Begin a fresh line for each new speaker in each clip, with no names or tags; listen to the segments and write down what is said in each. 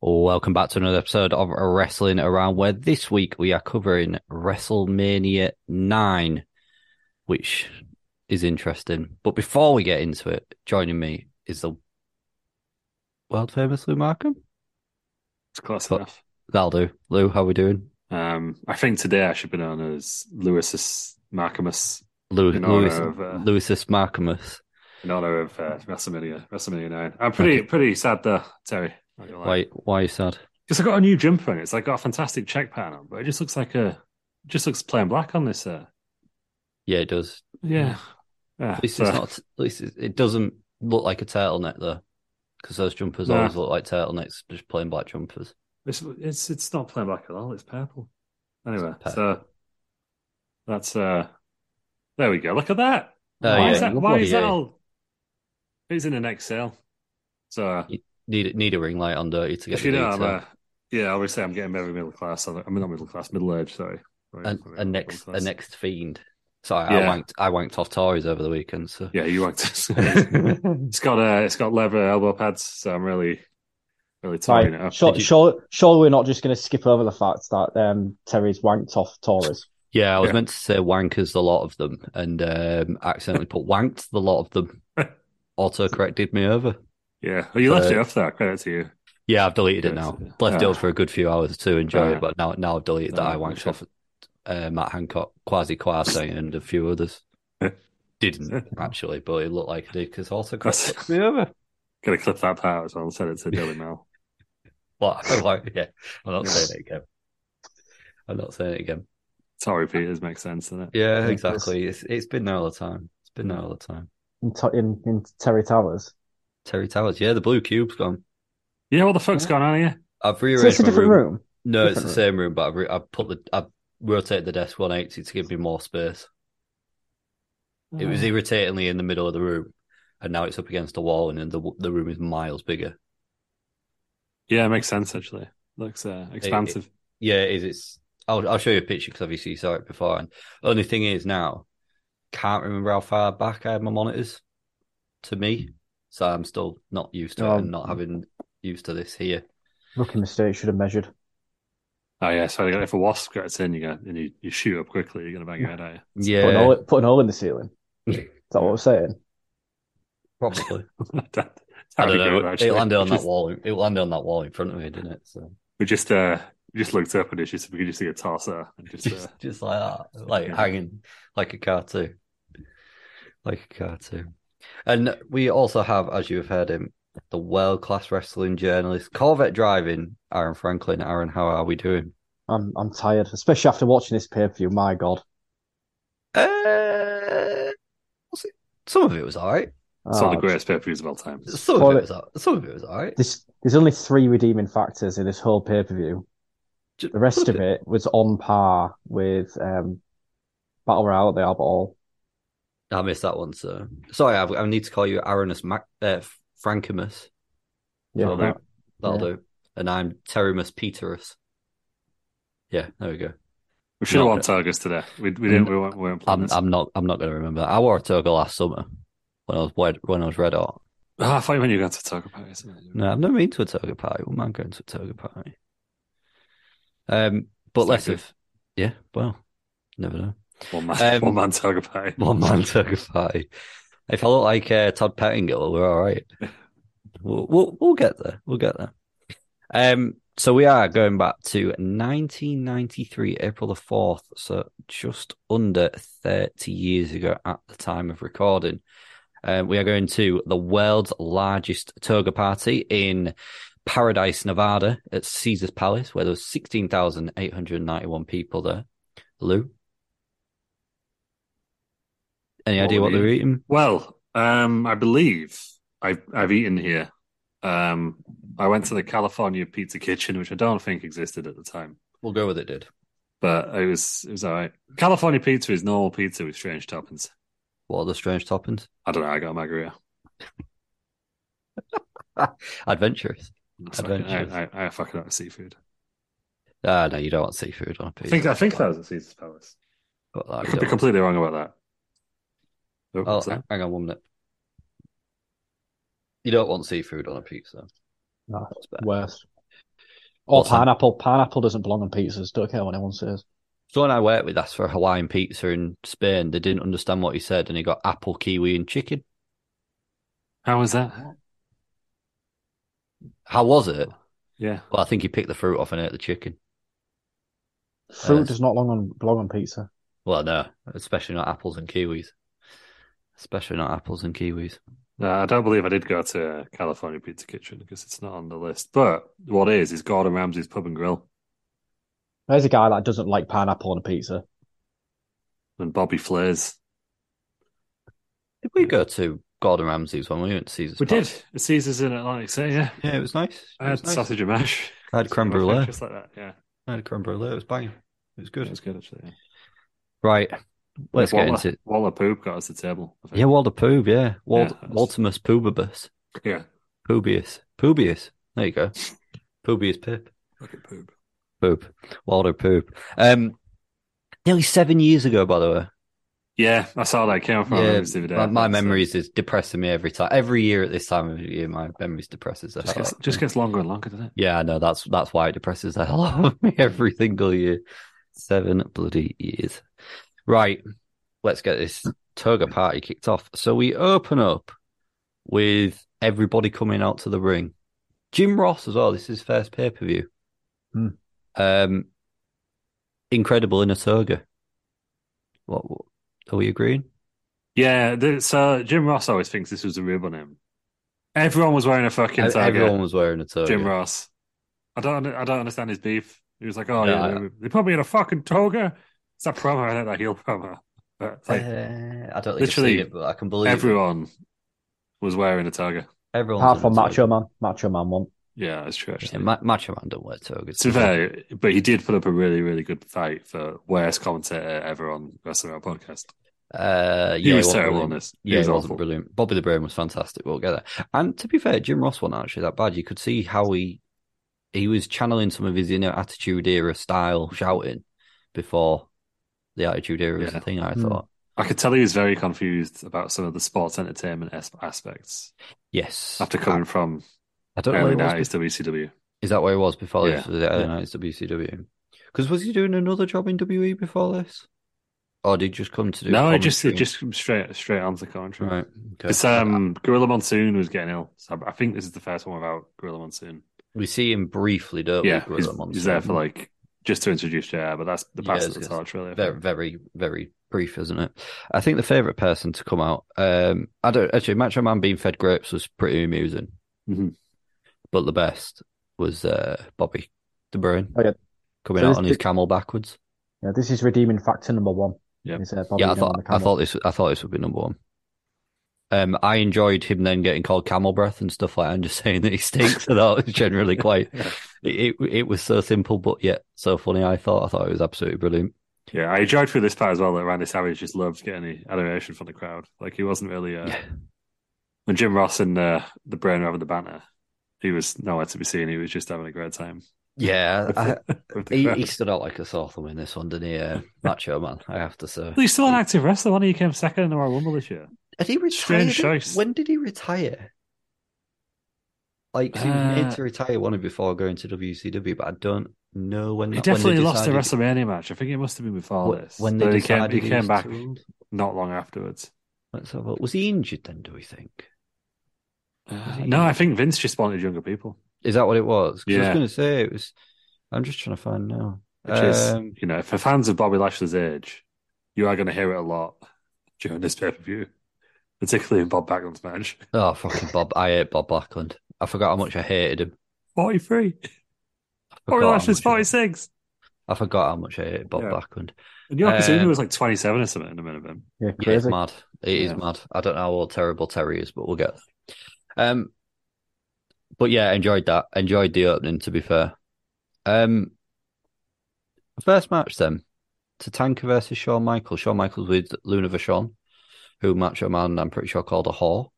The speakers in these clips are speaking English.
Welcome back to another episode of Wrestling Around, where this week we are covering WrestleMania 9, which is interesting. But before we get into it, joining me is the world famous Lou Markham.
It's close
But-
enough.
That'll do. Lou, how we doing?
Um, I think today I should be known as Lewis's Markamus
Lou,
In honor
Lewis,
of, uh,
Lewis's Markhamus.
in honor of uh, WrestleMania, WrestleMania 9. I'm pretty pretty sad though, Terry.
Why, why are you sad?
Because I got a new jumper and it's like got a fantastic check pattern on, but it just looks like a it just looks plain black on this. Uh,
Yeah, it does.
yeah. Yeah,
At least,
so-
it's not, at least it's- it doesn't look like a turtleneck, though, because those jumpers
Nah.
always look like turtlenecks, just plain black jumpers.
It's it's it's not plain black at all. It's purple. Anyway,
It's purple.
so that's uh, there we go. Look at that.
Oh,
why is
yeah,
that? Why is that
bloody
all? It's in the next sale. So uh,
Need, need a ring light on, don't you, to get
if
the
you know,
detail.
I'm, uh, yeah, obviously I'm getting very middle class. I'm I'm not middle class, middle age. Sorry. Sorry,
a,
sorry,
a
middle
next a
class.
next fiend. Sorry,
Yeah.
I wanked I wanked off Tories over the weekend. So
Yeah, you want to. it's got uh, it's got leather elbow pads, so I'm really, really tiring it
Right.
up.
Sure,
Did you-
sure, surely we're not just going to skip over the fact that um, Terry's wanked off Taurus.
yeah, I was
Yeah.
meant to say wankers the lot of them, and um, accidentally put wanked the lot of them. Auto corrected me over.
Yeah, well, you left
Uh,
it off there. Credit to you.
Yeah, I've deleted it
Good.
now. Left it
Yeah.
up for a good few hours to enjoy
Yeah.
it, but now now I've deleted that.
Yeah,
I wanked
Ah. okay.
off uh, Matt Hancock, Quasi Quasi, and a few others. Didn't actually, but it looked like I did because auto
That's-
corrected me over.
Gonna clip that part as well. and Send it to Daily Mail.
Well, I'm like, yeah, I'm not
Yeah.
saying it again. I'm not saying it again.
Sorry, Peters makes sense, doesn't it?
Yeah,
Yeah,
exactly. It's it's been there all the time. It's been there all the time.
In, Ta- in, in Terry Towers.
Terry Towers. Yeah, the blue cube's gone.
Yeah, what the fuck's going on here?
I've
So it's
rearranged
a
my
different
room.
room.
No, it's the
different
same room, but I've, re- I've put the I've rotated the desk 180 to give me more space. It
Mm.
was irritatingly in the middle of the room, and now it's up against the wall, and then the the room is miles bigger.
Yeah, it makes sense actually. Looks uh, expansive.
Yeah, it is. It's. I'll I'll show you a picture because obviously you saw it before. And only thing is now, can't remember how far back I had my monitors. To me, so I'm still not used to it
Um,
Oh.
and not having used to this here.
Rookie mistake should have measured.
Oh yeah, so if a wasp gets in, you go and you, you shoot up quickly. You're gonna bang your head out.
Put, an
Yeah,
hole, put an hole in the ceiling. Is that what we're saying?
probably.
That-
I don't
that'd be
know.
good,
it
actually.
landed on
We
that
just-
wall. It landed on that wall in front of me, didn't it? So
We just uh, we just looked up and it's just we could just see a torso and just uh,
just, just like that, like
yeah.
hanging like a cartoon, like a cartoon. And we also have, as you have heard him, the world class wrestling journalist, Corvette driving, Aaron Franklin. Aaron, how are we doing?
I'm I'm tired, especially after watching this pay per view. My God.
Uh, was it- some of it was all right.
it's one of
Oh.
Ah,
the greatest pay per views of all time.
Some of
Well,
it
it-
was all, some of it was all right.
This, there's only three redeeming factors in this whole pay per view.
Ju-
The rest
some
of it was on par with um, Battle Royale at the Albert Hall.
I missed that one. So sorry, I, I need to call you Aaronus Mac, uh, Frankimus.
Yeah,
Well,
that-
That'll
Yeah.
do. And I'm Terrimus Peterus. Yeah, there we go.
We should have
No.
won Targus today. We, we didn't. We weren't, we weren't playing
I'm
this.
I'm not I'm not going to remember. I wore a toga last summer when I was wed- when I was red hot,
Oh, I thought you meant you were going to talk about it.
No, I've never been to a toga party. What am I going to a toga party? Um, but
It's
less
like
of, yeah, well, never know.
One man,
Um,
one man toga party.
One man toga party. If I look like uh, Todd Pettingill, we're all right. We'll, we'll we'll get there. We'll get there. Um, so we are going back to 1993, April the fourth. So just under 30 years ago at the time of recording. Um, we are going to the world's largest toga party in Paradise, Nevada, at Caesar's Palace, where there was 16,891 people there. Lou, any
What
idea
were
what they were
you-
eating?
Well, um, I believe I've I've eaten here. Um, I went to the California Pizza Kitchen, which I don't think existed at the time,
We'll go with it, dude.
but it was it was all right. California pizza is normal pizza with strange toppings.
What are the strange toppings?
I don't know. I got a margarita.
Adventurous.
It's fucking-
Adventurous.
I, I, I fucking like seafood.
Ah, no, you don't want seafood on a
I
pizza.
think I think that was at Caesar's Palace.
But,
I
like,
could
you
be
don't-
completely wrong about that. Oh,
Oh,
what's that?
hang on one minute. You don't want seafood on a pizza.
No,
That's bad.
worst. Or
What's that?
pineapple. Pineapple doesn't belong on pizzas. Don't care what anyone says.
Someone I worked with asked for a Hawaiian pizza in Spain. They didn't understand what he said, and he got apple, kiwi, and chicken.
How was that?
How was it?
Yeah.
Well, I think he picked the fruit off and ate the chicken.
Fruit
Yes.
does not belong on belong on pizza.
Well, no, especially not apples and kiwis. Especially not apples and kiwis.
No, I don't believe I did go to California Pizza Kitchen because it's not on the list. But what is is Gordon Ramsay's Pub and Grill
There's a guy that doesn't like pineapple on a pizza.
and Bobby Flay's.
Did we go to Gordon Ramsay's when we went to Caesar's?
We did.
Palace?
Caesar's in Atlantic City. Yeah,
Yeah, it was nice.
I
It was
had
nice.
sausage and mash.
I had creme brulee.
Just like that. Yeah,
I had a creme brulee. It was banging. It was
it
good.
was good actually. Yeah.
Right. Let's get
Waller,
into it.
Waller Poop got us the table. I think.
Yeah, Walter Poob, yeah. Wal-
Yeah.
Waltimus Poobibus.
yeah.
Poobius. Poobius. There you go. Poobius Pip.
Look at poop.
Poop. Walter Poob. Um, nearly seven years ago, by the way.
Yeah, I saw that. It came up on
Yeah,
yeah, the other day. uh,
my, my
So-
memories is depressing me every time. Every year at this time of year, my memories depresses the
just
hell
gets,
out of
just
me.
gets longer and longer, doesn't it?
Yeah, I know. That's that's why it depresses the hell out of me every single year. Seven bloody years. Right, let's get this toga party kicked off. So we open up with everybody coming out to the ring. Jim Ross as well. This is his first pay per view.
Hmm.
Um, incredible in a toga. What, what are we agreeing?
Yeah. The, so Jim Ross always thinks this was a ribbon him. Everyone was wearing a fucking target.
E-, Everyone was wearing a toga.
Jim Ross. I don't. I don't understand his beef. He was like, "Oh
No,
yeah,
I-
they, they put me in a fucking toga." It's that promo, I like that heel promo. But it's like,
Uh, I don't think
Literally
I've seen it, but I can believe everyone.
everyone was wearing a toga.
Everyone's
Apart
in
from
a toga.
Macho Man. Macho Man won.
Yeah, that's true.
Yeah,
Actually,
Ma- Macho Man don't wear togas.
to be fair, but he did put up a really, really good fight for worst commentator ever on Wrestling Row podcast.
Uh,
He
yeah,
was
wasn't
terrible on
brilliant.
this. He
Yeah,
was
it wasn't
awful.
brilliant. Bobby the Brain was fantastic. We'll get there. And to be fair, Jim Ross wasn't actually that bad. You could see how he he was channeling some of his inner Attitude Era style shouting before the Attitude Era was
Yeah.
a thing. I
Hmm.
thought.
I could tell he was very confused about some of the sports entertainment as- aspects
Yes,
after coming from
I, I don't know. where
early
it was
nineties WCW.
Is that where he was before this?
Yeah.
Was it early
Yeah.
nights WCW? Because was he doing another job in WE before this? Or did he just come to do
No, it just it
commentary?
just comes straight straight on to commentary.
right. Okay.
It's um Gorilla Monsoon was getting ill. So I think this is the first one without Gorilla Monsoon.
we see him briefly, don't
yeah,
we?
he's,
Gorilla
he's there
Monsoon?
for like just to introduce Jair, but that's the
Yeah,
pass
I
of
was
the
gonna
torch really. I
very,
think.
very, very brief, isn't it? I think the favorite person to come out. Um, I don't actually. Macho Man being fed grapes was pretty amusing,
Mhm.
but the best was uh, Bobby De Bruyne
Oh, yeah.
coming
So
out
this-
on his camel backwards.
Yeah, this is redeeming factor number one.
Yep.
Is, uh, Bobby
yeah, I
Heenan
thought
on the
I
camel.
thought this I thought this would be number one. Um, I enjoyed him then getting called camel breath and stuff like that, and just saying that he stinks. and that was generally quite.
Yeah.
It, it it was so simple, but yet so funny. I thought I thought it was absolutely brilliant.
Yeah, I enjoyed through this part as well that Randy Savage just loved getting the adoration from the crowd. Like he wasn't really uh,
Yeah.
when Jim Ross and uh, the Brain were having the banter, he was nowhere to be seen. He was just having a great time.
Yeah,
with
I,
the- with the
he,
crowd.
he stood out like a sore thumb in this one, didn't he? Uh, Macho man, I have to say.
He's still an active wrestler. One he He came second in the Royal Rumble this year.
Did he
retire? Strange choice.
When did he retire? Like 'cause he was made
Uh,
to retire one before going to WCW, but I don't know when
He
that- when they
definitely lost the
decided-
WrestleMania match. I think it must have been before
wh-
this.
when they
But he came,
decided
he
he
came
was
back
too old.
not long afterwards.
Let's have a look. Was he injured then? Do we think?
Uh,
he-
no, I think Vince just wanted younger people,
Is that what it was? 'Cause I
Yeah.
was going to say it was. I'm just trying to find now.
which
Um,
is, you know, for fans of Bobby Lashley's age, you are going to hear it a lot during this pay per view, particularly in Bob Backlund's match.
oh fucking Bob! I hate Bob Blackland. I forgot how much I hated him.
43.
I forgot
Bobby
how
Lashley's
much I-
46.
I forgot how much I hated Bob
Yeah.
Backlund.
And Yokozuna
Um,
was like 27 or something in a minute, man.
Yeah,
Yeah, it's
crazy.
mad. It is
Yeah.
mad. I don't know how old terrible Terry is, but we'll get there. Um, but yeah, enjoyed that. Enjoyed the opening. To be fair, um, first match then, Tatanka versus Shawn Michaels. Shawn Michaels with Luna Vachon, who Macho Man I'm pretty sure called a whore.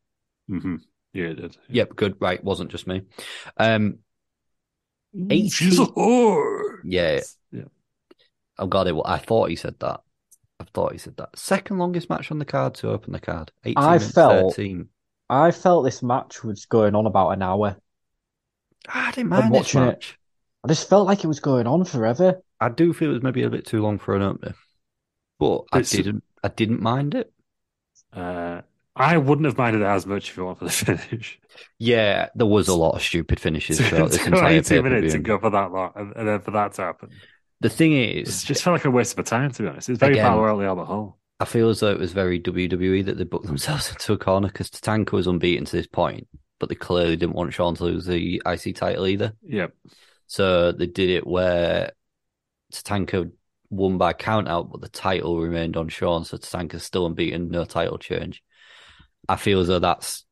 Mm-hmm. Yeah, it did.
Yep, good. Right, wasn't just me. Um, 80
She's a whore.
Yeah.
Yeah.
I'm glad it. wa- I thought he said that. I thought he said that. Second longest match on the card to open the card. 18
I
minutes,
felt-
13.
I felt this match was going on about an hour.
Ah, I didn't
I'm
mind this
watching it.
match.
I just felt like it was going on forever.
I do feel it was maybe a bit too long for an opener, but I
It's-
didn't. I didn't mind it.
Uh, I wouldn't have minded it as much if it weren't for the finish.
Yeah, there was a lot of stupid finishes throughout this
to go
entire
80 minutes
pay-per-view.
and go for that long, and, and then for that to happen.
The thing
It
is,
just felt like a waste of my time, to be honest. It's very
Again.
far early out the hole.
I feel as though it was very WWE that they booked themselves into a corner because Tatanka was unbeaten to this point, but they clearly didn't want Sean to lose the IC title either.
Yep.
So they did it where Tatanka won by count out, but the title remained on Sean. So Tatanka's still unbeaten, no title change. I feel as though that's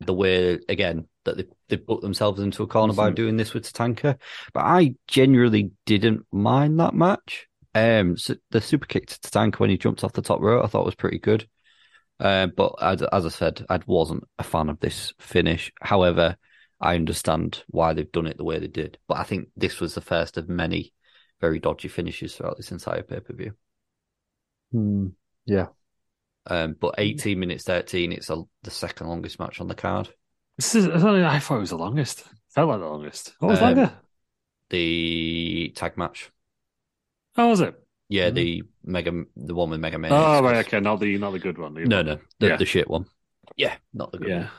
the way, again, that they, they put themselves into a corner by
Mhm.
doing this with Tatanka. But I generally didn't mind that match. Um, so the super kick to Tatanka when he jumped off the top rope, I thought was pretty good. Uh, but as, as I said, I wasn't a fan of this finish. However, I understand why they've done it the way they did. But I think this was the first of many very dodgy finishes throughout this entire pay per view.
Hmm.
Um, but
Hmm.
18 minutes 13, it's a, the second longest match on the card.
This is, it's only- I thought it was the longest. Felt like the longest. What was
Um,
longer?
The tag match.
How was it?
Yeah, the Mega, the one with Mega Man.
Hmm. Oh, right. Okay. Not the, not the good one. the-
No, no, the,
Yeah.
the shit one. Yeah, not the good
Yeah.
one.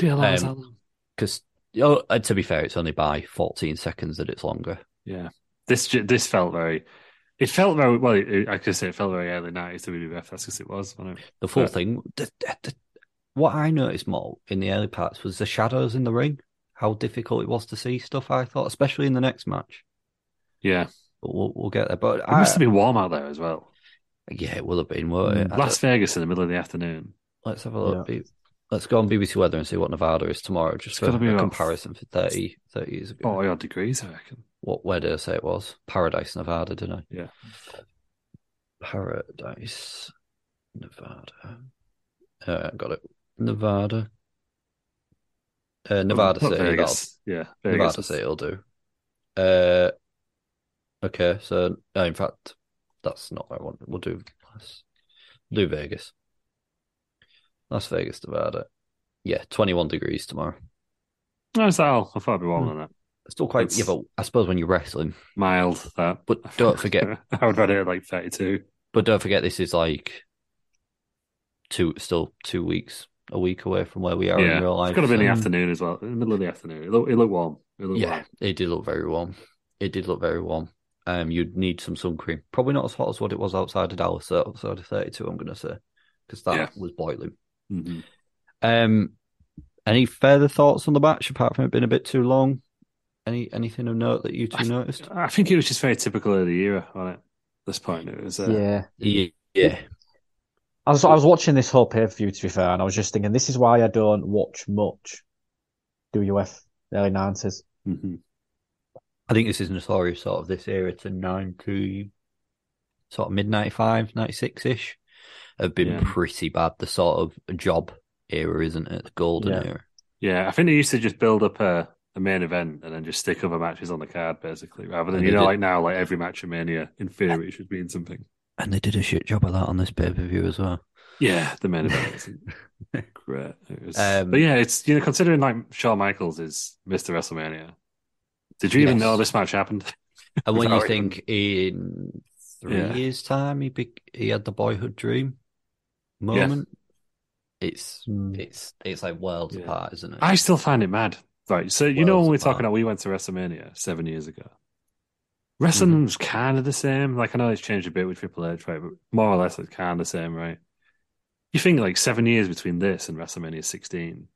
Yeah, that was
Um,
that long.
Because, oh, and to be fair, it's only by 14 seconds that it's longer.
Yeah. This, ju- this felt very. It felt very well. It, I could say it felt very early nineties WWF. That's because it was. wasn't it?
The full
Yeah.
thing. The, the, the- what I noticed more in the early parts was the shadows in the ring. How difficult it was to see stuff. I thought, especially in the next match.
Yeah, it
But we'll, we'll get there. But I,
must have Mm, been warm out there as well.
Uh, yeah, it will have been. Won't it? I
Las Vegas in the middle of the afternoon.
don't- let's have a look. Be- Let's go on BBC Weather and see what Nevada is tomorrow, just
It's
for
gotta be Oh,
a
about
comparison for 30, 30 years ago.
Forty odd degrees, I reckon.
What where did I say it was? Paradise, Nevada, didn't I?
Yeah.
Paradise, Nevada. Uh, got it. Nevada. Uh, Nevada
Not
City. that'll-
Oh, Vegas. Yeah, Vegas.
Nevada City will do. Uh, okay, so no, in fact, that's not what I want. We'll do Las, we'll do Vegas, Las Vegas, Nevada. Yeah, twenty-one degrees tomorrow.
No, it's Al. I thought it'd be warmer than that.
Still quite.
It's-
Yeah, but I suppose when you're wrestling,
Mild. That.
But don't forget-
I would rather it like thirty-two.
but don't forget this is like two, still two weeks, a week away from where we are
yeah,
in real life.
it's got to be in the
so-
afternoon as well. In the middle of the afternoon, it looked, it looked warm. It looked
Yeah,
warm.
it did look very warm. It did look very warm. Um, you'd need some sun cream. Probably not as hot as what it was outside of Dallas, so outside of 32, I'm going to say, because that
Yeah.
was boiling.
Mhm.
Um, any further thoughts on the match apart from it being a bit too long? Any anything of note that you two
I-
noticed?
I think it was just very typical of the era. On it, at this point, it was. Uh,
Yeah.
Yeah, yeah,
I was I was watching this whole pay-per-view to be fair, and I was just thinking this is why I don't watch much WF early nineties.
mhm.
I think this is notorious sort of this era to 90, sort of mid 95, 96 ish, have been
Yeah.
pretty bad. The sort of job era, isn't it? The golden
Yeah.
era.
Yeah, I think they used to just build up a, a main event and then just stick other matches on the card, basically, rather than
And
you
they
know
did.
like now, like every match of Mania, in theory, it should mean something.
And they did a shit job of that on this pay per view as well.
Yeah, the main event wasn't great. It was,
Um,
but yeah, it's you know considering like Shawn Michaels is Mr. WrestleMania. Did you even
Yes.
know this match happened?
And when you
Without even-
think in three
Yeah.
years' time, he be- he had the boyhood dream moment. It's
Mm.
it's it's like worlds
Yeah.
apart, isn't it?
I still find it mad. Right, so you know
Worlds
when we're
apart.
talking about we went to WrestleMania seven years ago.
Mm-hmm.
Wrestling was kind of the same. Like I know it's changed a bit with Triple H, right? But more or less it's kind of the same, right? You think like seven years between this and WrestleMania sixteen.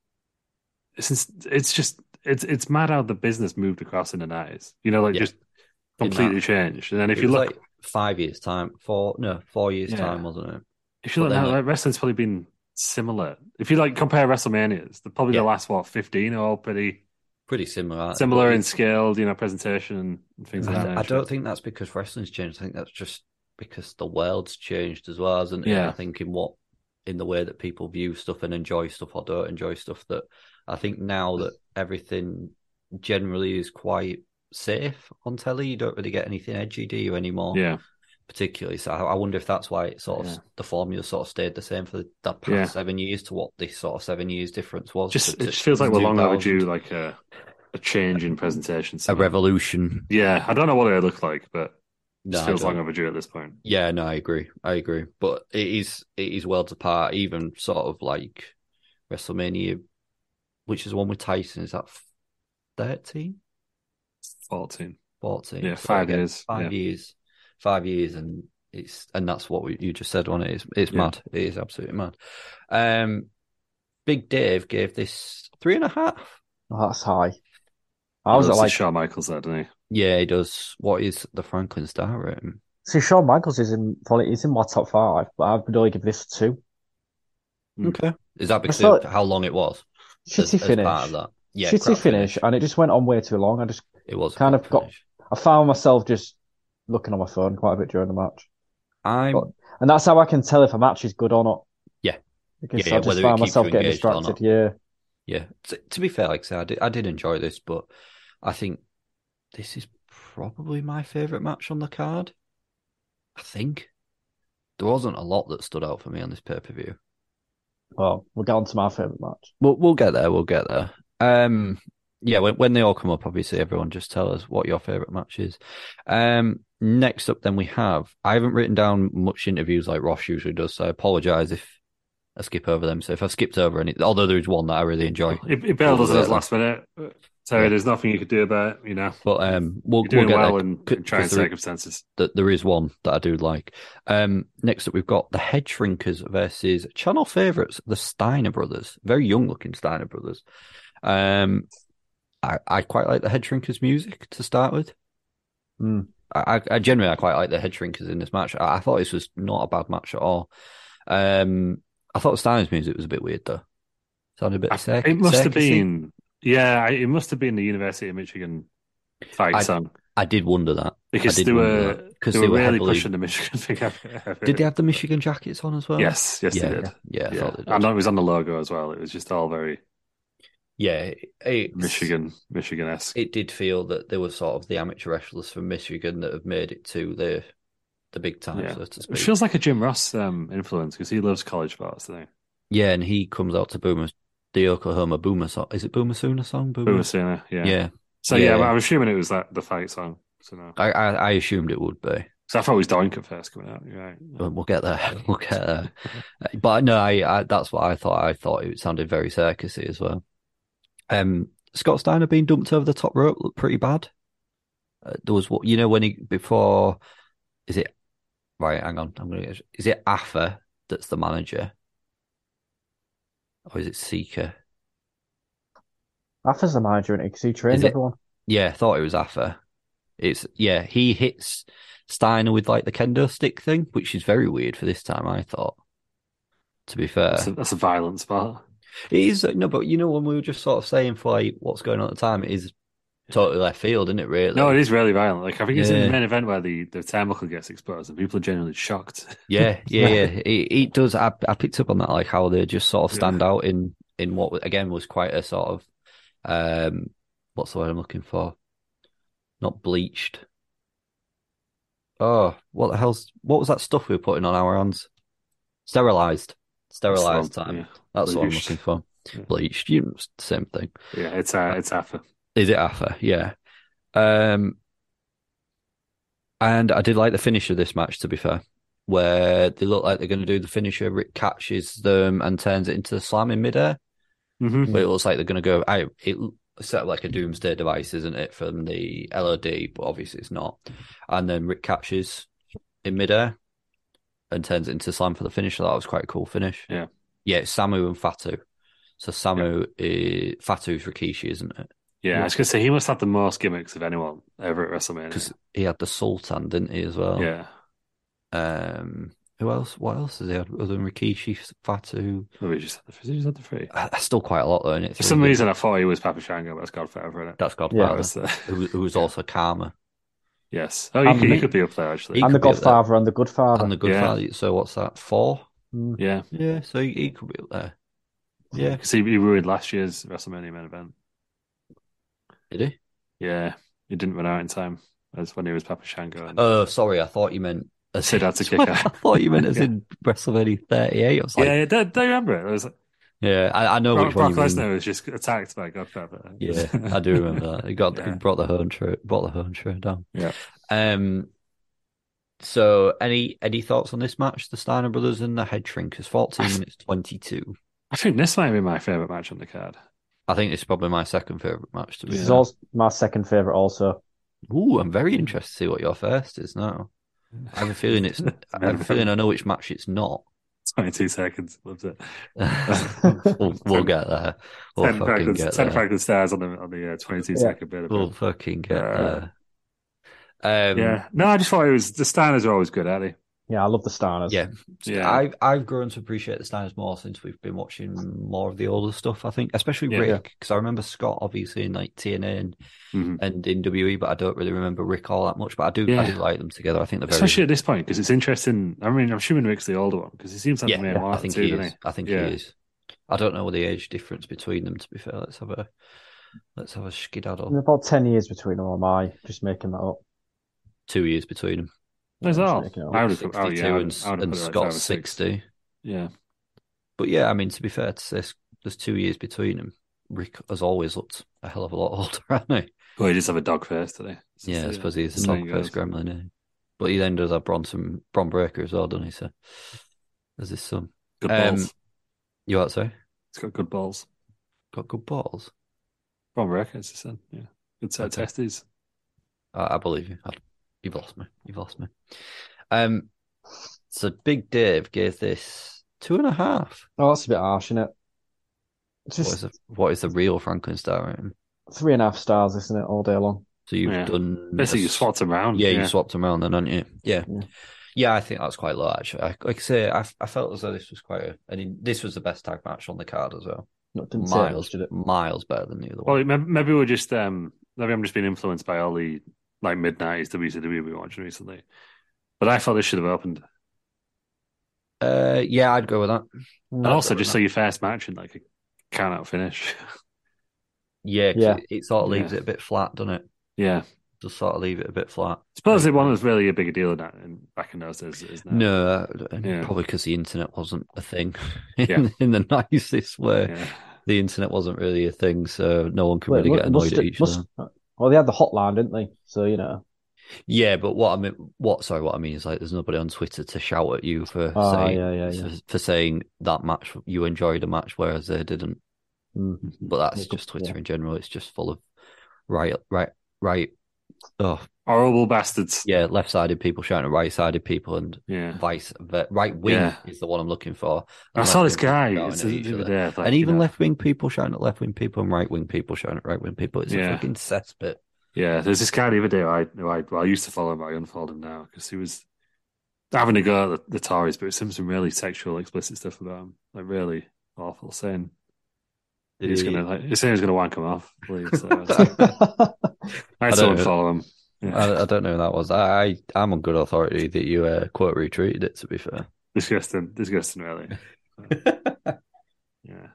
It's it's just it's it's mad how the business moved across in the nineties. You know, like
Yeah.
just
In that-
completely changed. And then if
It
you
was
look
like five years' time, four no, four years'
Yeah.
time, wasn't it?
If you
But
look
then,
now,
like-
like, wrestling's probably been similar. If you like compare WrestleManias, they're probably
Yeah.
the last what fifteen are all pretty
Pretty similar. aren't they?
similar
But
in
it's-
scale, you know, presentation and things like that.
I, I don't think that's because wrestling's changed. I think that's just because the world's changed as well, hasn't it? And
Yeah.
I think in what in the way that people view stuff and enjoy stuff or don't enjoy stuff that I think now that everything generally is quite safe on telly, you don't really get anything edgy, do you anymore?
Yeah,
Particularly. So I I wonder if that's why it sort of
Yeah.
the formula sort of stayed the same for the, the past
Yeah.
seven years to what this sort of seven years difference was.
just
to-
it just feels like we're long
2000.
overdue, like a a change in presentation.
A
So-
revolution.
Yeah, I don't know what it looked like, but it
No,
just
I
feels
don't.
long overdue at this point.
Yeah, no, I agree. I agree. But it is it is worlds apart, even sort of like WrestleMania, which is the one with Tyson, is that 13?
Fourteen.
14?
Yeah,
So
five
again,
years,
Five
yeah.
years. Five years and it's and that's what we, you just said on it. It's it's
Yeah.
mad. It is absolutely mad. Um Big Dave gave this three and a half.
Oh, that's high. I was at
That's
like,
Shawn Michaels there, didn't he?
Yeah, he does. What is the Franklin Star rating?
see, Shawn Michaels is in probably he's in my top five, but I would only give this two.
Mm.
Okay. Is that because
thought-
of how long it was? as-
Shitty
as
finish,
part of that. Yeah,
shitty
crap
finish, and it just went on way too long. I just,
It was a
Kind
crap
of got-
finish.
I found myself just looking on my phone quite a bit during the match,
I'm
But- and that's how I can tell if a match is good or not.
Yeah.
because
Yeah, yeah,
I just
whether it
found
keeps
myself
you
getting
engaged or
distracted.
not.
Yeah,
yeah. T- to be fair, like I said, I did, I did enjoy this, but I think this is probably my favorite match on the card. I think there wasn't a lot that stood out for me on this pay per view.
well, we'll get on to my favorite match.
We'll we'll get there. We'll get there. Um, yeah. When when they all come up, obviously, everyone just tell us what your favorite match is. Um, next up, then we have. I haven't written down much interviews like Ross usually does, so I apologize if I skip over them. So if I skipped over any, although there is one that I really enjoy,
It, it bailed us at
Probably.
the last minute. Terry,
Yeah.
there's nothing you could do about it. You know,
but um, we'll
you're doing
we'll get
well
there.
in,
c-
in trying
'cause there-
circumstances.
that there is one that I do like. Um, next up, we've got the Head Shrinkers versus channel favourites, the Steiner Brothers. Very young looking Steiner Brothers. Um, I, I quite like the Head Shrinkers music to start with.
Hmm.
Mm.
I, I- I generally I quite like the Head Shrinkers in this match. I, I thought this was not a bad match at all. Um, I thought Steiner's music was a bit weird though. Sounded a bit
I-
sick.
it must have been, yeah, I- it must have been the University of Michigan fight
I-
song
I did wonder that
because
did
they
wonder
were
that, 'cause
because they,
they
were
were
really
heavily-
pushing the Michigan thing. up.
Did they have the Michigan jackets on as well?
Yes, yes,
yeah,
they did.
yeah, I
Yeah,
thought they did.
I know it was on the logo as well. It was just all very
Yeah, it's-
Michigan, Michigan esque.
It did feel that they were sort of the amateur wrestlers from Michigan that have made it to the the big time,
Yeah.
so to
It
speak.
feels like a Jim Ross um, influence because he loves college bars. Doesn't he?
Yeah, and he comes out to Boomer, the Oklahoma Boomer song. Is it Boomer Sooner song? Boomer.
Boomer Sooner, yeah.
Mm-hmm. Yeah,
So yeah,
Yeah.
I'm assuming it was that the fight song. So no,
I, I I assumed it would be.
so I thought it was Doink at first coming out. You're right.
But We'll get there. We'll get there. but no, I, I that's what I thought. I thought it sounded very circusy as well. Um, Scott Steiner being dumped over the top rope looked pretty bad. Uh, there was what you know when he before is it right? Hang on, I'm gonna get, is it Affa that's the manager, or is it Seeker?
After's the manager, is Because he trained
it-
everyone.
Yeah, I thought it was Affa. It's yeah, he hits Steiner with like the kendo stick thing, which is very weird for this time. I thought. To be fair,
That's a, that's a violent spot.
It is no, but you know when we were just sort of saying for like what's going on at the time, it is totally left field, isn't it? Really?
No, it is really violent. Like I think it's in
Yeah.
the main event where the the turnbuckle gets exposed and people are genuinely shocked.
Yeah, yeah, yeah. It, it does. I, I picked up on that, like how they just sort of stand
Yeah.
out in in what was- again was quite a sort of um, what's the word I'm looking for? Not bleached. Oh, what the hell's what was that stuff we were putting on our hands? Sterilized. Sterilized
Slump,
time.
yeah.
That's what I'm
Bleached.
looking for.
Yeah.
Bleached. You, same thing.
Yeah, it's uh, it's after.
Is it Afa? Yeah. Um, and I did like the finish of this match, to be fair, where they look like they're going to do the finisher. Rick catches them and turns it into a slam in midair.
Mm-hmm.
But it looks like they're going to go. I it set up like a doomsday device, isn't it, from the LOD? But obviously it's not. And then Rick catches in midair and turns it into slam for the finish. So that was quite a cool finish.
Yeah.
yeah. It's Samu and Fatu. So Samu is Fatu's Rikishi, isn't it?
Yeah, I was gonna say he must have the most gimmicks of anyone ever at WrestleMania.
Because he had the Sultan, didn't he, as well?
Yeah,
Um, who else? What else has he had other than Rikishi, Fatu?
maybe he just had the, he just had the three.
I, I still quite a lot though. innit?
For some
Three.
reason, I thought he was Papa Shango, but it's Godfather, isn't it?
that's
Yeah,
Godfather,
That's, uh,
who, who was also Karma
yes. Oh, you
And
could,
the-
you could be up there actually.
He
and the
could be up there.
Godfather and the Good Father.
and the Good
Yeah.
Father. So what's that? Four.
Mm.
Yeah,
Yeah, so he, he could be up there. Yeah,
because he, he ruined last year's WrestleMania main event.
did he?
Yeah, he didn't run out in time. That's when he was Papa Shango. And,
Oh, sorry, I thought you meant as
Sid had to kick
I
out.
thought you meant as in WrestleMania 38. I was like,
yeah,
yeah,
yeah, do, do you remember it? it was,
I, I know
Brock,
which one
Brock
you mean.
Lesnar was just attacked by Godfather.
Yeah, I do remember that. He got he
Yeah.
brought the home true, brought the home true down.
Yeah.
Um. So, any any thoughts on this match? The Steiner brothers and the Head Shrinkers, fourteen minutes twenty two.
I think this might be my favorite match on the card.
I think it's probably my second favorite match to be.
This is
fair.
also my second favorite. Also,
Ooh, I'm very interested to see what your first is now. I have a feeling it's. I have a feeling I know which match it's not.
Twenty-two seconds. Loved it.
we'll, we'll get there. We'll
ten
fucking
Franklin,
get
ten
there.
Franklin stars on the on the uh, twenty-two
Yeah.
second bit. Of it.
We'll fucking get
Uh,
there. Um,
yeah, no, I just thought it was the Steiners are always good, are they?
yeah, I love the Starners.
Yeah.
Yeah.
I've I've grown to appreciate the Steiners more since we've been watching more of the older stuff. I think, especially
Yeah.
Rick, because I remember Scott obviously in like TNA and,
Mhm.
and in WWE, but I don't really remember Rick all that much. But I do I
Yeah.
do like them together. I think they're very
Especially at this point because it's interesting. I mean, I'm assuming Rick's the older one because he seems like
yeah.
the main
yeah,
one.
I think
too,
he
doesn't
is. I think
Yeah.
he is. I don't know the age difference between them. To be fair, let's have a let's have a
There's
skedaddle.
about ten years between them. or Am I just making that up?
Two years between them.
There's
I'm just
all.
making it up.
I would have.
Sixty-two
Oh yeah, I would-
and,
I would have
and
put it like
Scott's
five or six.
sixty.
Yeah,
But yeah, I mean, to be fair to this, there's two years between them. Rick has always looked a hell of a lot older, hasn't
well, he just have a dog first today.
he? Yeah, I suppose he is a
Same
dog first
goes.
gremlin, eh? But he then does have Bronson, Bron Breaker as well, doesn't he? So there's his son.
Good
Um,
balls.
You out, sorry?
It's got good balls.
Got good balls.
From Rick, it's just yeah, good set of
Okay.
testes.
I, I believe you. I, you've lost me. You've lost me. Um, so Big Dave gave this two and a half.
Oh, that's a bit harsh, isn't it? It's
What is
just
the, what is the real Franklin Star rating?
three and a half stars, isn't it, all day long?
So you've
Yeah.
done a
Basically, you
s-
swat him around.
Yeah, you swapped them around then, didn't you? Yeah.
Yeah.
yeah. I think that's quite low actually. I, like I say, I, I felt as though this was quite a, I mean, this was the best tag match on the card as well.
No, it didn't say it,
Miles,
did it?
miles better than the other one.
Well, may- maybe we're just um, maybe I'm just being influenced by all the like mid nineties WCW we watched recently. But I thought this should have opened.
Uh, yeah, I'd go with that.
And
I
also,
don't
just
know.
so your first match and like a count out finish.
Yeah, 'cause
Yeah.
It, it sort of leaves
Yeah.
it a bit flat, doesn't it?
yeah,
Just sort of leave it a bit flat.
suppose it wasn't really a bigger deal in that in, back in those days. Is now.
No, and
Yeah.
probably because the internet wasn't a thing in,
Yeah.
in the nicest way.
Yeah.
The internet wasn't really a thing, so no one could
Well,
really
mu-
get annoyed
must
at
it-
each
must-
other.
Well, they had the hotline, didn't they? So you know,
Yeah, but what I mean, what sorry, what I mean is like, there's nobody on Twitter to shout at you for
Ah,
saying
yeah, yeah,
for,
yeah.
for saying that match you enjoyed a match, whereas they didn't.
Mm.
But that's
Yeah, good-
just Twitter
yeah.
in general. It's just full of right, right, right. Oh
Horrible bastards.
yeah, left-sided people shouting at right-sided people, and
Yeah.
vice ver- right wing
Yeah.
is the one I'm looking for.
I
And
saw this
left-wing people
guy.
shouting
It's
at
the
each
other
other.
day, I was like,
and even
you know,
left wing people shouting at left wing people and right wing people shouting at right wing people. It's a
Yeah.
fucking cesspit.
Yeah, there's this guy the other day who I, who I, well, I used to follow him, but I unfollowed him now because he was having a go at the, the Tories, but it seemed some really sexual, explicit stuff about him. Like, really awful, saying he's going to, like, he's saying he's going to wank him off. Please. So I, was like, I had
I
to
don't know.
unfollow him. Yeah,
I, I don't know who that was. I, I I'm on good authority that you uh, quote retweeted it. To be fair,
disgusting, disgusting, really. Yeah.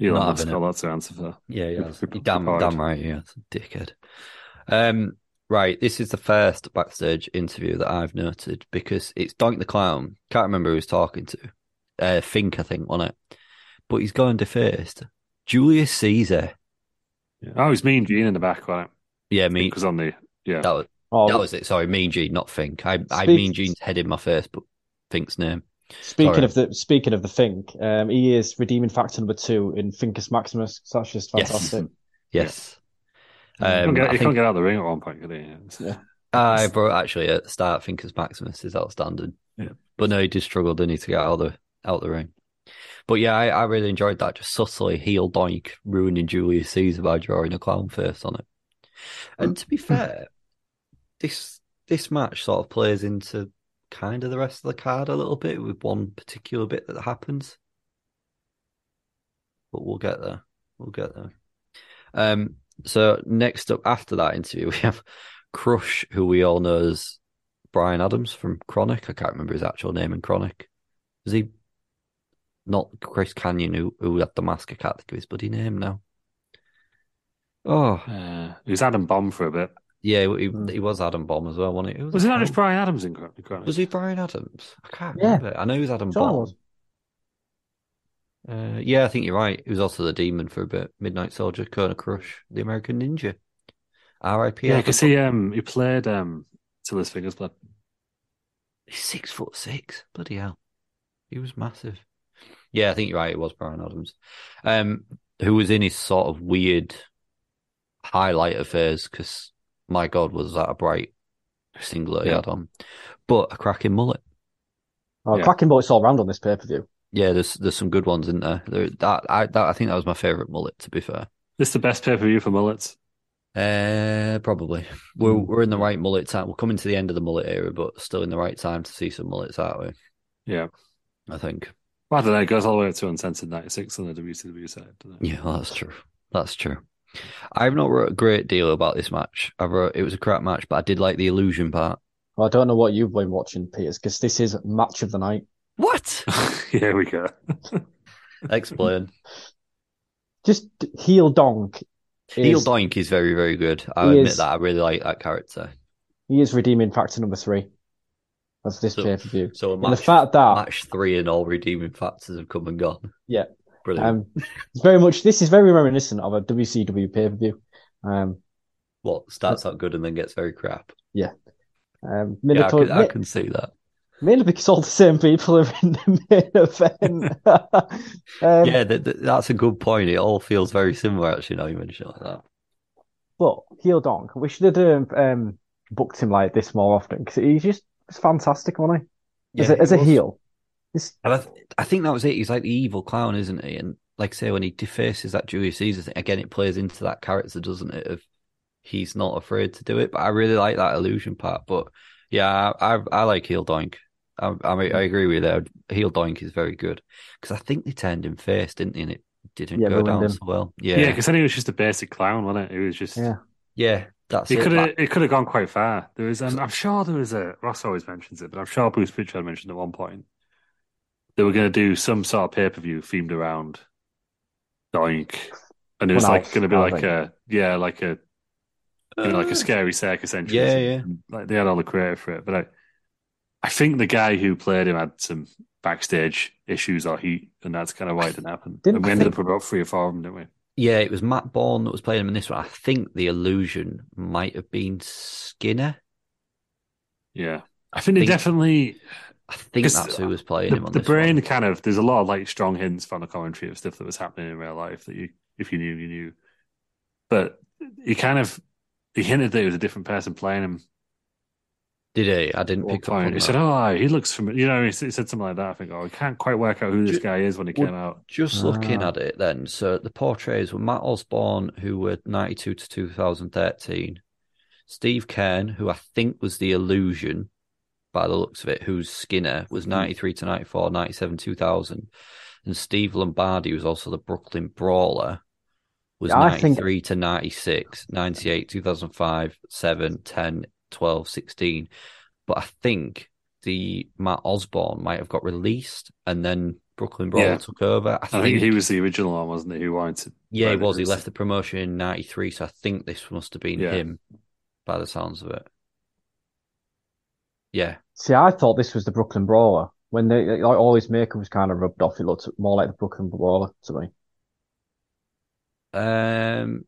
Elon
Not
Musk
having
got
it.
lots to answer for.
yeah, yeah,
Good- good
damn,
point.
damn right, yeah, it's a dickhead. Um, right, this is the first backstage interview that I've noted because it's Doink the Clown. Can't remember who he's talking to, uh, Fink, I think, on it. But he's going defaced. Julius Caesar.
Yeah. Oh, it's me and Gene in the back, right?
Yeah, me.
Because on the yeah,
That was
Oh,
that was it. Sorry, Mean Gene, not Fink. I, I
Speak-
Mean Gene's head in my face, but Fink's name.
speaking
sorry.
of the speaking of the Fink, um, he is redeeming factor number two in Finkus Maximus. So that's just
Yes.
fantastic.
Yes.
you
Um,
can't, get,
I
you
think
can't get out of the ring at one point, could you?
Yeah.
I bro, actually at the start Finkus Maximus is outstanding.
Yeah.
But no, he did struggle, didn't he, to get out of the out the ring. But yeah, I, I really enjoyed that. Just subtly heel doink ruining Julius Caesar by drawing a clown face on it. And to be fair, this this match sort of plays into kind of the rest of the card a little bit with one particular bit that happens. But we'll get there. We'll get there. Um so next up after that interview we have Crush, who we all know as Brian Adams from Chronic. I can't remember his actual name in Chronic. Is he not Chris Canyon who, who had the mask? I can't think of his bloody name now. Oh
Uh, he was Adam Bomb for a bit.
yeah, he,
Hmm.
he was Adam Bomb as well, wasn't he? Who
Was it
that
not
guy?
just Brian Adams in Chronic? Chronic?
Was he Brian Adams? I can't
Yeah.
remember. I know he was Adam
Sure it
Bomb.
was.
Uh, yeah, I think you're right. He was also the demon for a bit. Midnight Soldier, Kona Crush, the American Ninja. R.I.P.
Yeah, because he um he played um till his fingers bled.
He's six foot six. Bloody hell. He was massive. Yeah, I think you're right. It was Brian Adams, um, who was in his sort of weird highlight of his because my God, was that a bright singlet he
Yeah.
had on? But a cracking mullet.
Oh,
Yeah.
cracking bullets all round on this pay per view.
Yeah, there's there's some good ones in there. there that I that, I think that was my favorite mullet. To be fair,
This is the best pay per view for mullets.
uh, probably we're we're in the right mullet time. We're coming to the end of the mullet era, but still in the right time to see some mullets, aren't we?
Yeah.
I think.
Well, I don't know. It goes all the way up to Uncensored 96 on the WCW side. doesn't it?
Yeah, well, that's true. That's true. I've not wrote a great deal about this match. I wrote it was a crap match, but I did like the illusion part.
Well, I don't know what you've been watching, Peters, because this is match of the night.
What?
Here we go.
Explain.
Just heel donk. is-
Neil Doink is very, very good. I
He
admit
is.
that. I really like that character.
He is redeeming factor number three of this
So-
pay per view.
So a
And the
match,
fact that
match three and all redeeming factors have come and gone.
Yeah.
Brilliant.
um, it's very much this is very reminiscent of a WCW pay per view. Um,
what starts out good and then gets very crap.
um,
Yeah, I,
Minotaur,
can, I can see that.
mainly because all the same people are in the main event. um,
yeah, th- th- that's a good point. It all feels very similar, actually, now you mention it like that.
But heel donk, we should have um, booked him like this more often because he's just it's fantastic, wasn't he? as
Yeah,
a, as
he
a
was.
heel, It's-
And I, th- I think that was it. He's like the evil clown, isn't he? And like I say, when he defaces that Julius Caesar thing, again, it plays into that character, doesn't it? Of he's not afraid to do it. But I really like that illusion part. But yeah, I I, I like heel doink. I, I mean, I agree with you there. Heel doink is very good because I think they turned him face, didn't they? And it didn't
Yeah,
go
ruined
down
him.
so well.
Yeah,
Yeah,
because then he was just a basic clown, wasn't it? He was just.
Yeah.
yeah, that's
He
it.
could have
Like,
it could have gone quite far. There was, um, I'm sure there was a Ross always mentions it, but I'm sure Bruce Pritchard mentioned at one point they were going to do some sort of pay per view themed around Doink, and it was
Well,
like
Alf,
going to be
Alf,
like
I
a yeah, like a you know,
Ah.
like a scary circus entrance.
yeah,
and, Like they had all the creative for it, but I, I think the guy who played him had some backstage issues or heat, and that's kind of why it didn't happen.
Didn't-
and we
I
ended
think-
up with about three or four of them, didn't we?
yeah, it was Matt Bourne that was playing him in this one. I think the illusion might have been Skinner.
Yeah, I think they
think-
definitely
I think
'Cause
that's who was playing
the,
him on
the
this
brain
one.
kind of there's a lot of like strong hints from the commentary of stuff that was happening in real life that you if you knew you knew but he kind of he hinted that it was a different person playing him
Did he? I didn't
at one
pick up on
point. he
that.
said oh he looks familiar you know he s- he said something like that I think oh I can't quite work out who this
Ju-
guy is when he
Well,
came out
Just looking
Ah.
at it then, so the portraits were Matt Osborne, who were 92 to 2013, Steve Cairn, who I think was the illusion by the looks of it, who's Skinner, was
Hmm.
93 to 94, 97, 2000, and Steve Lombardi, who's also the Brooklyn Brawler, was
Yeah, I think-
93 to 96, 98, 2005, 7, 10, 12, 16. But I think the Matt Osborne might have got released and then Brooklyn Brawler
Yeah.
took over. I
I
think,
think he was the original one wasn't he who wanted
yeah, he
Right,
was. He
it's-
left the promotion in 93, so I think this must have been
Yeah.
him by the sounds of it. Yeah.
see, I thought this was the Brooklyn Brawler when they like all his makeup was kind of rubbed off, it looked more like the Brooklyn Brawler to me.
Um,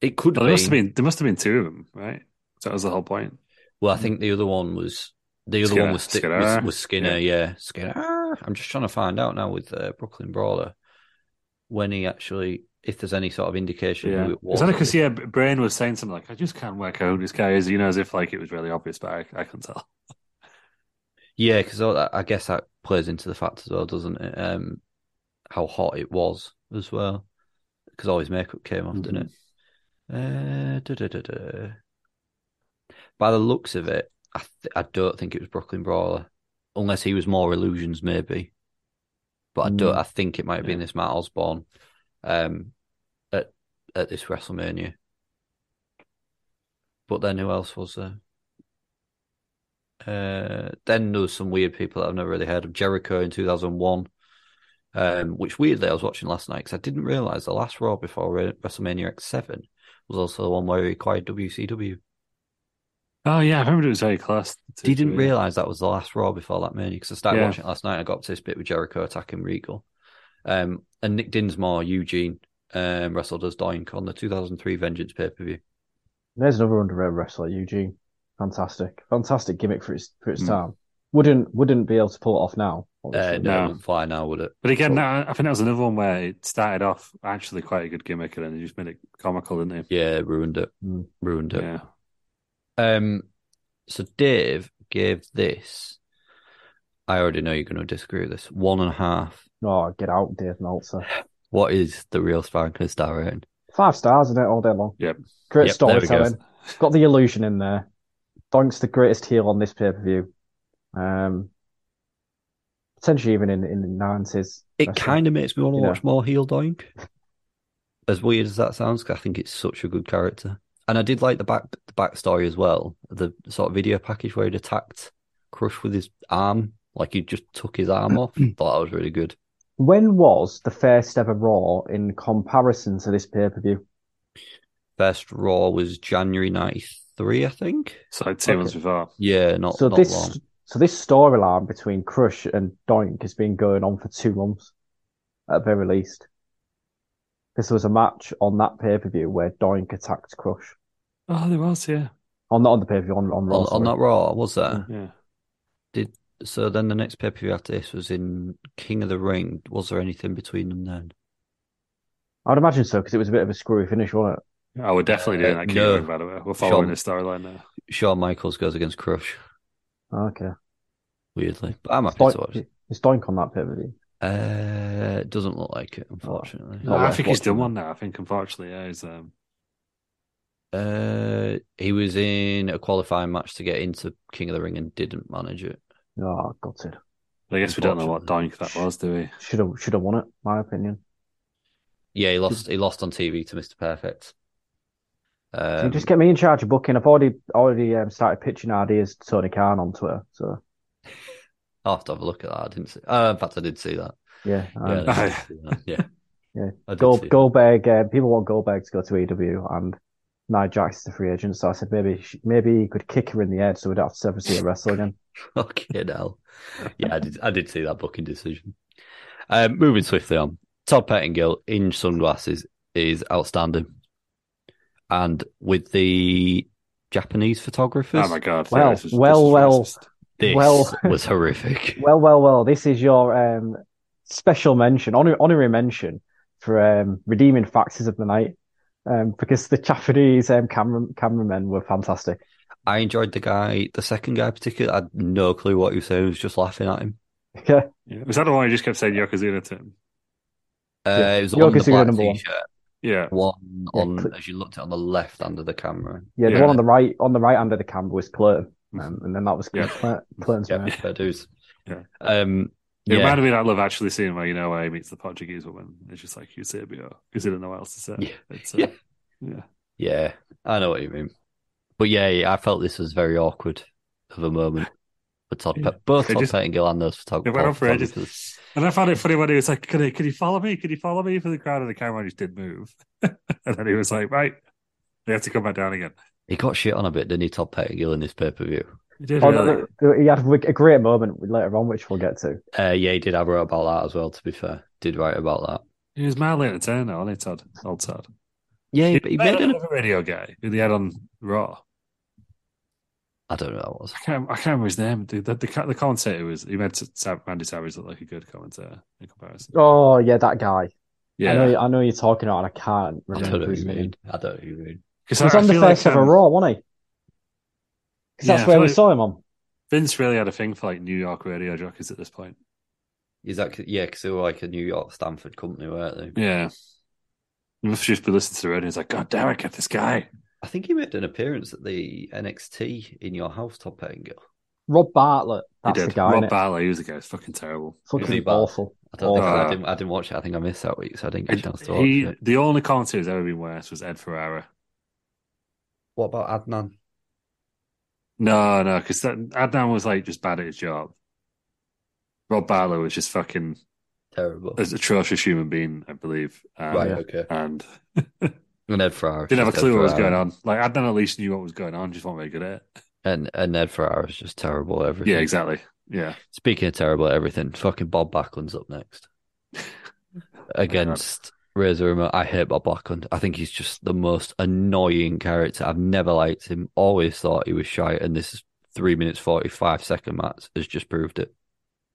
it could
Well,
be.
there must have been there must have been two of them, right? That was the whole point.
Well, I think the other one was the other
Skinner.
one was, Sti-
Skinner.
was was Skinner. Yeah. Skinner. I'm just trying to find out now with uh, Brooklyn Brawler when he actually, if there's any sort of indication
Yeah,
who it was.
is that because yeah, Brain was saying something like, "I just can't work out who this guy is," you know, as if like it was really obvious, but I, I couldn't tell.
Yeah, because I guess that plays into the fact as well, doesn't it? Um, how hot it was as well, because all his makeup came off, didn't it? Uh, da-da-da-da. By the looks of it, I th- I don't think it was Brooklyn Brawler, unless he was more illusions, maybe. But I don't. I think it might have been this Matt Osborne, um, at at this WrestleMania. But then who else was there? Uh, then there was some weird people that I've never really heard of. Jericho in 2001, um, which weirdly I was watching last night because I didn't realize the last Raw before Re- WrestleMania X7 was also the one where he acquired WCW.
Oh yeah, I remember it was very close. to-
Didn't
yeah.
realize that was the last Raw before that mania because I started
Yeah.
watching it last night. and I got up to this bit with Jericho attacking Regal, um, and Nick Dinsmore, Eugene um, wrestled as Doink on the 2003 Vengeance pay per view.
There's another underrated wrestler, Eugene. Fantastic, fantastic gimmick for its for its time. Wouldn't wouldn't be able to pull it off now.
Hmm. Uh, no,
Oh,
obviously.
No.
it wouldn't fly now, would it?
But again, that, I think that was another one where it started off actually quite a good gimmick, and then he just made it comical, didn't he?
Yeah, ruined it.
Mm.
Ruined it.
Yeah.
Um, so Dave gave this. I already know you're going to disagree with this. One and a half.
Oh, get out, Dave Meltzer.
What is the real Spanker star rating?
Five stars in it all day long.
Yep.
Great
Yep, there we go.
storytelling. Got the illusion in there. Donk's the greatest heel on this pay per view. Um, potentially even in in the nineties.
It kind of makes me want to
You know.
watch more heel doink. As weird as that sounds, 'cause I think it's such a good character, and I did like the back the backstory as well. The sort of video package where he'd attacked Crush with his arm, like he just took his arm off. Thought that was really good.
When was the first ever Raw in comparison to this pay per view?
First Raw was January '93, I think.
So like two
Okay.
months before.
Yeah, not
So
not
this
long.
so this storyline between Crush and Doink has been going on for two months, at the very least. Because there was a match on that pay per view where Doink attacked Crush.
Oh, there was, yeah,
On not on the pay per view on on Raw.
on, on
sorry.
that Raw, was there?
yeah.
So then the next pay per view after this was in King of the Ring. Was there anything between them then?
I'd imagine so because it was a bit of a screwy finish, wasn't it?
Oh, we're definitely doing
Uh,
that. Keep
no.
going, by the way, we're following
Sean-
this storyline now.
Shawn Michaels goes against Crush,
Oh, Okay.
weirdly. But I'm
It's
happy to watch
Doink,
it.
it's Doink on that pay per view.
Uh, it doesn't look like it, unfortunately.
Oh. No, Not
I
worth
think he's
watching
done
that.
one now. I think, unfortunately, yeah, he's um,
Uh, he was in a qualifying match to get into King of the Ring and didn't manage it.
Oh, gutted.
I guess we don't know what doink that was, do we? Oh
Should have should have won it, my opinion.
Yeah, he lost. He lost on TV to Mr. Perfect.
Can
Um,
you just get me in charge of booking. I've already already um, started pitching ideas to Tony Khan on Twitter. So
I'll have to have a look at that. I didn't see. Uh, in fact, I did see that.
yeah, um,
Yeah, I did see that. yeah.
Yeah.
I did
Go,
see that.
Goldberg. Uh, people want Goldberg to go to AEW, and Nia Jax is the free agent. So I said maybe she, maybe he could kick her in the head, so we'd have to ever see her wrestle again.
Fucking hell. Yeah, I did, I did see that booking decision. Um, moving swiftly on. Todd Pettingill in sunglasses is outstanding. And with the Japanese photographers,
Oh my god!
Well,
this is- this
well,
is
well.
racist.
this
well-
was horrific.
Well, well, well. This is your um, special mention, honor, honorary mention for um, redeeming faxes of the night, um, because the Japanese um, camera cameramen were fantastic.
I enjoyed the guy, the second guy in particular. I had no clue what he was saying. I was just laughing at him.
Yeah.
Yeah. Was that the one you just kept saying Yokozuna to him?
Uh,
Yeah.
It was on the
Yokozuna
black
number one.
t-shirt.
Yeah.
One
Yeah,
on
cl-
as you looked at on the left under the camera.
Yeah, the
Yeah.
one on the right, on the right hand of the camera was Clinton, um, and then that was
Yeah.
Clinton. Clinton's
Mm. Yeah,
man.
fair dues.
Yeah.
Um,
It
yeah.
reminded me that love actually scene where you know where he meets the Portuguese woman. It's just like Eusebio because he didn't know what else to say.
Yeah.
It's,
Yeah.
uh, yeah.
Yeah, I know what you mean. But yeah, yeah, I felt this was very awkward of a moment for Todd
Yeah.
Pett, both
They
Todd
just-
Pettingill and those photog-
It went on for ages.
photographers.
And I found it funny when he was like, "Can you, can you follow me? Can you follow me?" For the crowd and the camera just did move, and then he was like, "Right, they have to come back down again."
He got shit on a bit, didn't he, Todd Pettingill, in this pay per view?
He did
Oh,
really.
no, he had a great moment later on, which we'll get to.
Uh, yeah, he did have a wrote about that as well. To be fair, did write about that.
He was madly entertained, though, wasn't he, Todd? Old Todd.
Yeah, he, he
He
made
had
an.
another radio guy who they had on Raw.
I don't know. What it was.
I can't, I can't remember his name. The, the, the, ca- the commentator was, he meant to, Sa- Randy Savage looked like a good commentator in comparison.
Oh yeah, that guy. I
Yeah.
know, I know you're talking about. and I can't
I don't know
remember
who
his
you
name.
mean. I don't know who you mean.
Because
He was
I- I
on the
feel
first
like,
ever
um,
Raw, wasn't he? Because
Yeah, I
that's where
feel
we
like-
saw him um, on.
Vince really had a thing for like New York radio jockeys at this point.
Is that 'cause- yeah? Because they were like a New York Stanford company, weren't they?
Yeah. You must just be listening to the radio. It's like, God damn it, get this guy.
I think he made an appearance at the NXT in your house, Top Angle.
Rob Bartlett.
He
That's the
did.
guy.
Rob
innit?
Bartley, he was the guy. It was fucking terrible.
Was he
Fucking
bad?
awful.
I don't think I
Oh.
didn't. I didn't watch it. I think I missed that week, so I didn't get a
Ed-
chance to watch
he,
it.
the only commentator who's ever been worse was Ed Ferrara.
What about Adnan?
No, no, because Adnan was like just bad at his job. Rob Barlow was just fucking
Terrible.
an atrocious human being, I believe. Um,
right. Okay.
And
And Ed Ferrara
didn't have a
just Ed
clue what was
Ferrara.
going on. Like Adnan at least knew what was going on, just wasn't very good at it.
And and Ed Ferrara is just terrible at everything.
Yeah, exactly. Yeah.
Speaking of terrible at everything, fucking Bob Backlund's up next against
Oh
Razor Ramon. I hate Bob Backlund. I think he's just the most annoying character. I've never liked him. Always thought he was shy, and this three minutes forty five second match has just proved it.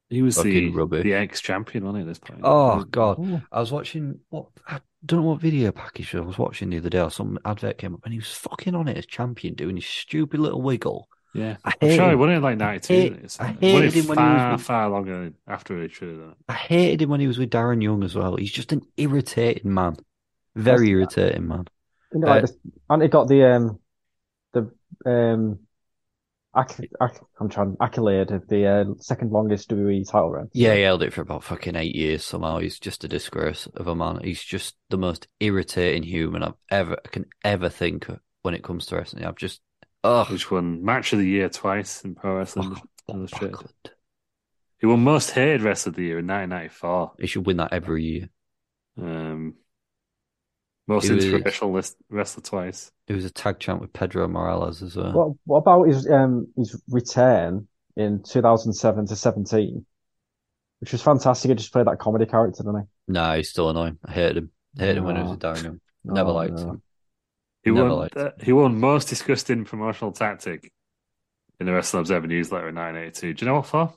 He was the,
Fucking rubbish.
the ex champion, wasn't he, at this point?
Oh god, I was watching what I don't know what video package I was watching the other day. Or some advert came up, and he was fucking on it as champion, doing his stupid little wiggle.
Yeah.
I
I'm
hate
sure he
him.
won it in like 92.
I
didn't he?
hate-
So-
I
won it
hated him when he was
far,
with-
far longer than after he should have done it.
I hated him when he was with Darren Young as well. He's just an irritating man, very irritating man.
You know, like
Uh,
this, and he got the um, the um, acc- acc- I'm trying accolade of the uh, second longest WWE title run.
Yeah, he held it for about fucking eight years somehow. He's just a disgrace of a man. He's just the most irritating human I've ever can ever think of when it comes to wrestling. I've just oh,
Which won match of the year twice in pro wrestling. Illustrated.
Backlund.
He won most hated wrestler of the year in 1994.
He should win that every year.
Um, most
He was-
inspirational list, wrestler twice.
He was a tag champ with Pedro Morales as well.
What what about his um his return in 2007 to 17, which was fantastic. He just played that comedy character, didn't
No, he's still annoying. I hated him. I hated him when he was
Aw.
with Darren Young.
he?
Never
Oh,
liked
no.
him.
He
Never
won.
liked
uh, he won most disgusting promotional tactic in the Wrestling Observer newsletter in 1982. Do you know what for?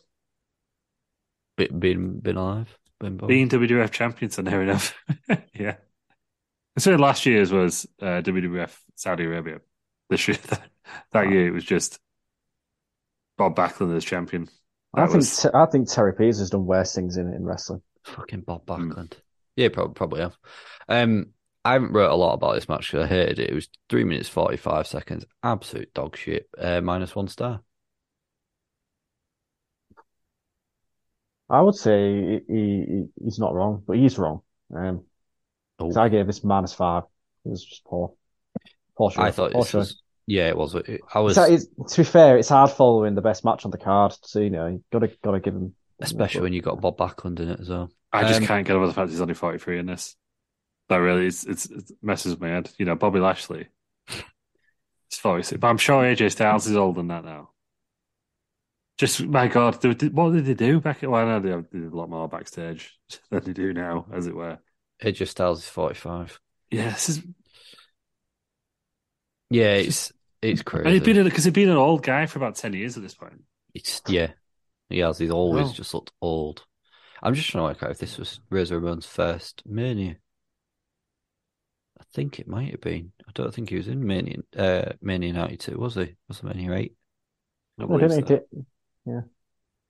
Be- Been been alive. Been born.
Being WWF champion, so near enough. yeah. Considering last year's was uh, WWF Saudi Arabia. This year, that, that year it was just Bob Backlund as champion.
I
That
think
was-
Ter- I think Terry Peters has done worse things in in wrestling.
Fucking Bob Backlund. Yeah, probably probably have. Um, I haven't wrote a lot about this match because I hated it. It was three minutes forty five seconds. Absolute dog shit. Uh, minus one star.
I would say he, he he's not wrong, but he's wrong. Um,
Oh,
'cause I gave this minus five. It was just poor. Poor show.
I thought
Poor
this
show.
was. Yeah, it was. It- I was
So it's, to be fair, it's hard following the best match on the card. So you know, you gotta gotta give him.
especially when you got Bob Backlund in it as well.
I just
Um,
can't get over the fact he's only 43 in this. That really is, it's, it messes with my head. You know, Bobby Lashley. It's 46. But I'm sure AJ Styles is older than that now. Just, my God, they, did- what did they do back at, well, I know they did a lot more backstage than they do now, as it were.
AJ Styles is forty five.
Yeah, this is,
Yeah, it's it's
and he'd
crazy.
been, because he'd been an old guy for about 10 years at this point.
It's yeah, he has. He's always
Oh.
just looked old. I'm just trying to work out if this was Razor Ramon's first Mania. I think it might have been. I don't think he was in Mania. Uh, Mania '92 was he? Was it Mania eight?
I
I
believe
didn't
so.
get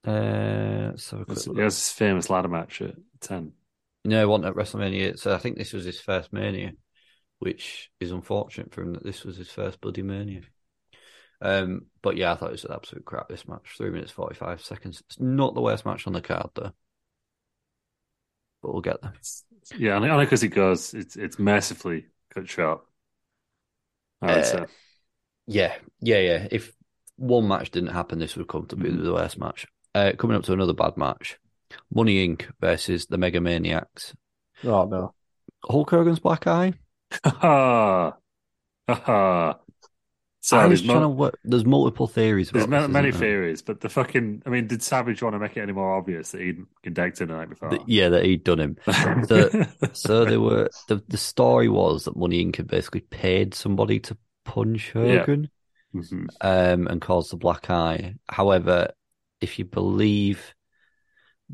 Uh, let's have a quick
That's-
look.
He has his famous ladder match at 10.
No, it wasn't at WrestleMania. 8, So I think this was his first Mania, which is unfortunate for him that this was his first bloody Mania. Um, but yeah, I thought it was an absolute crap. This match, three minutes forty-five seconds. It's not the worst match on the card though. But we'll get there.
Yeah, and because it goes, it's, it's mercifully cut short. I would
Uh,
say.
Yeah, yeah, yeah. If one match didn't happen, this would come to be the worst match. Uh, coming up to another bad match, Money Inc. versus the Mega Maniacs.
it. Oh no.
Hulk Hogan's black eye.
Ha ha. Ha ha.
I was
So there's,
trying to
mo-
work. There's multiple theories.
there's
about
ma-
this,
many
isn't there?
theories, but the fucking. I mean, did Savage want to make it any more obvious that he'd fucking decked him the night before?
That- yeah, that he'd done him. So, so they were. The, the story was that Money Inc. had basically paid somebody to punch
Yeah.
Hogan
Mhm.
um, and caused the black eye. However, if you believe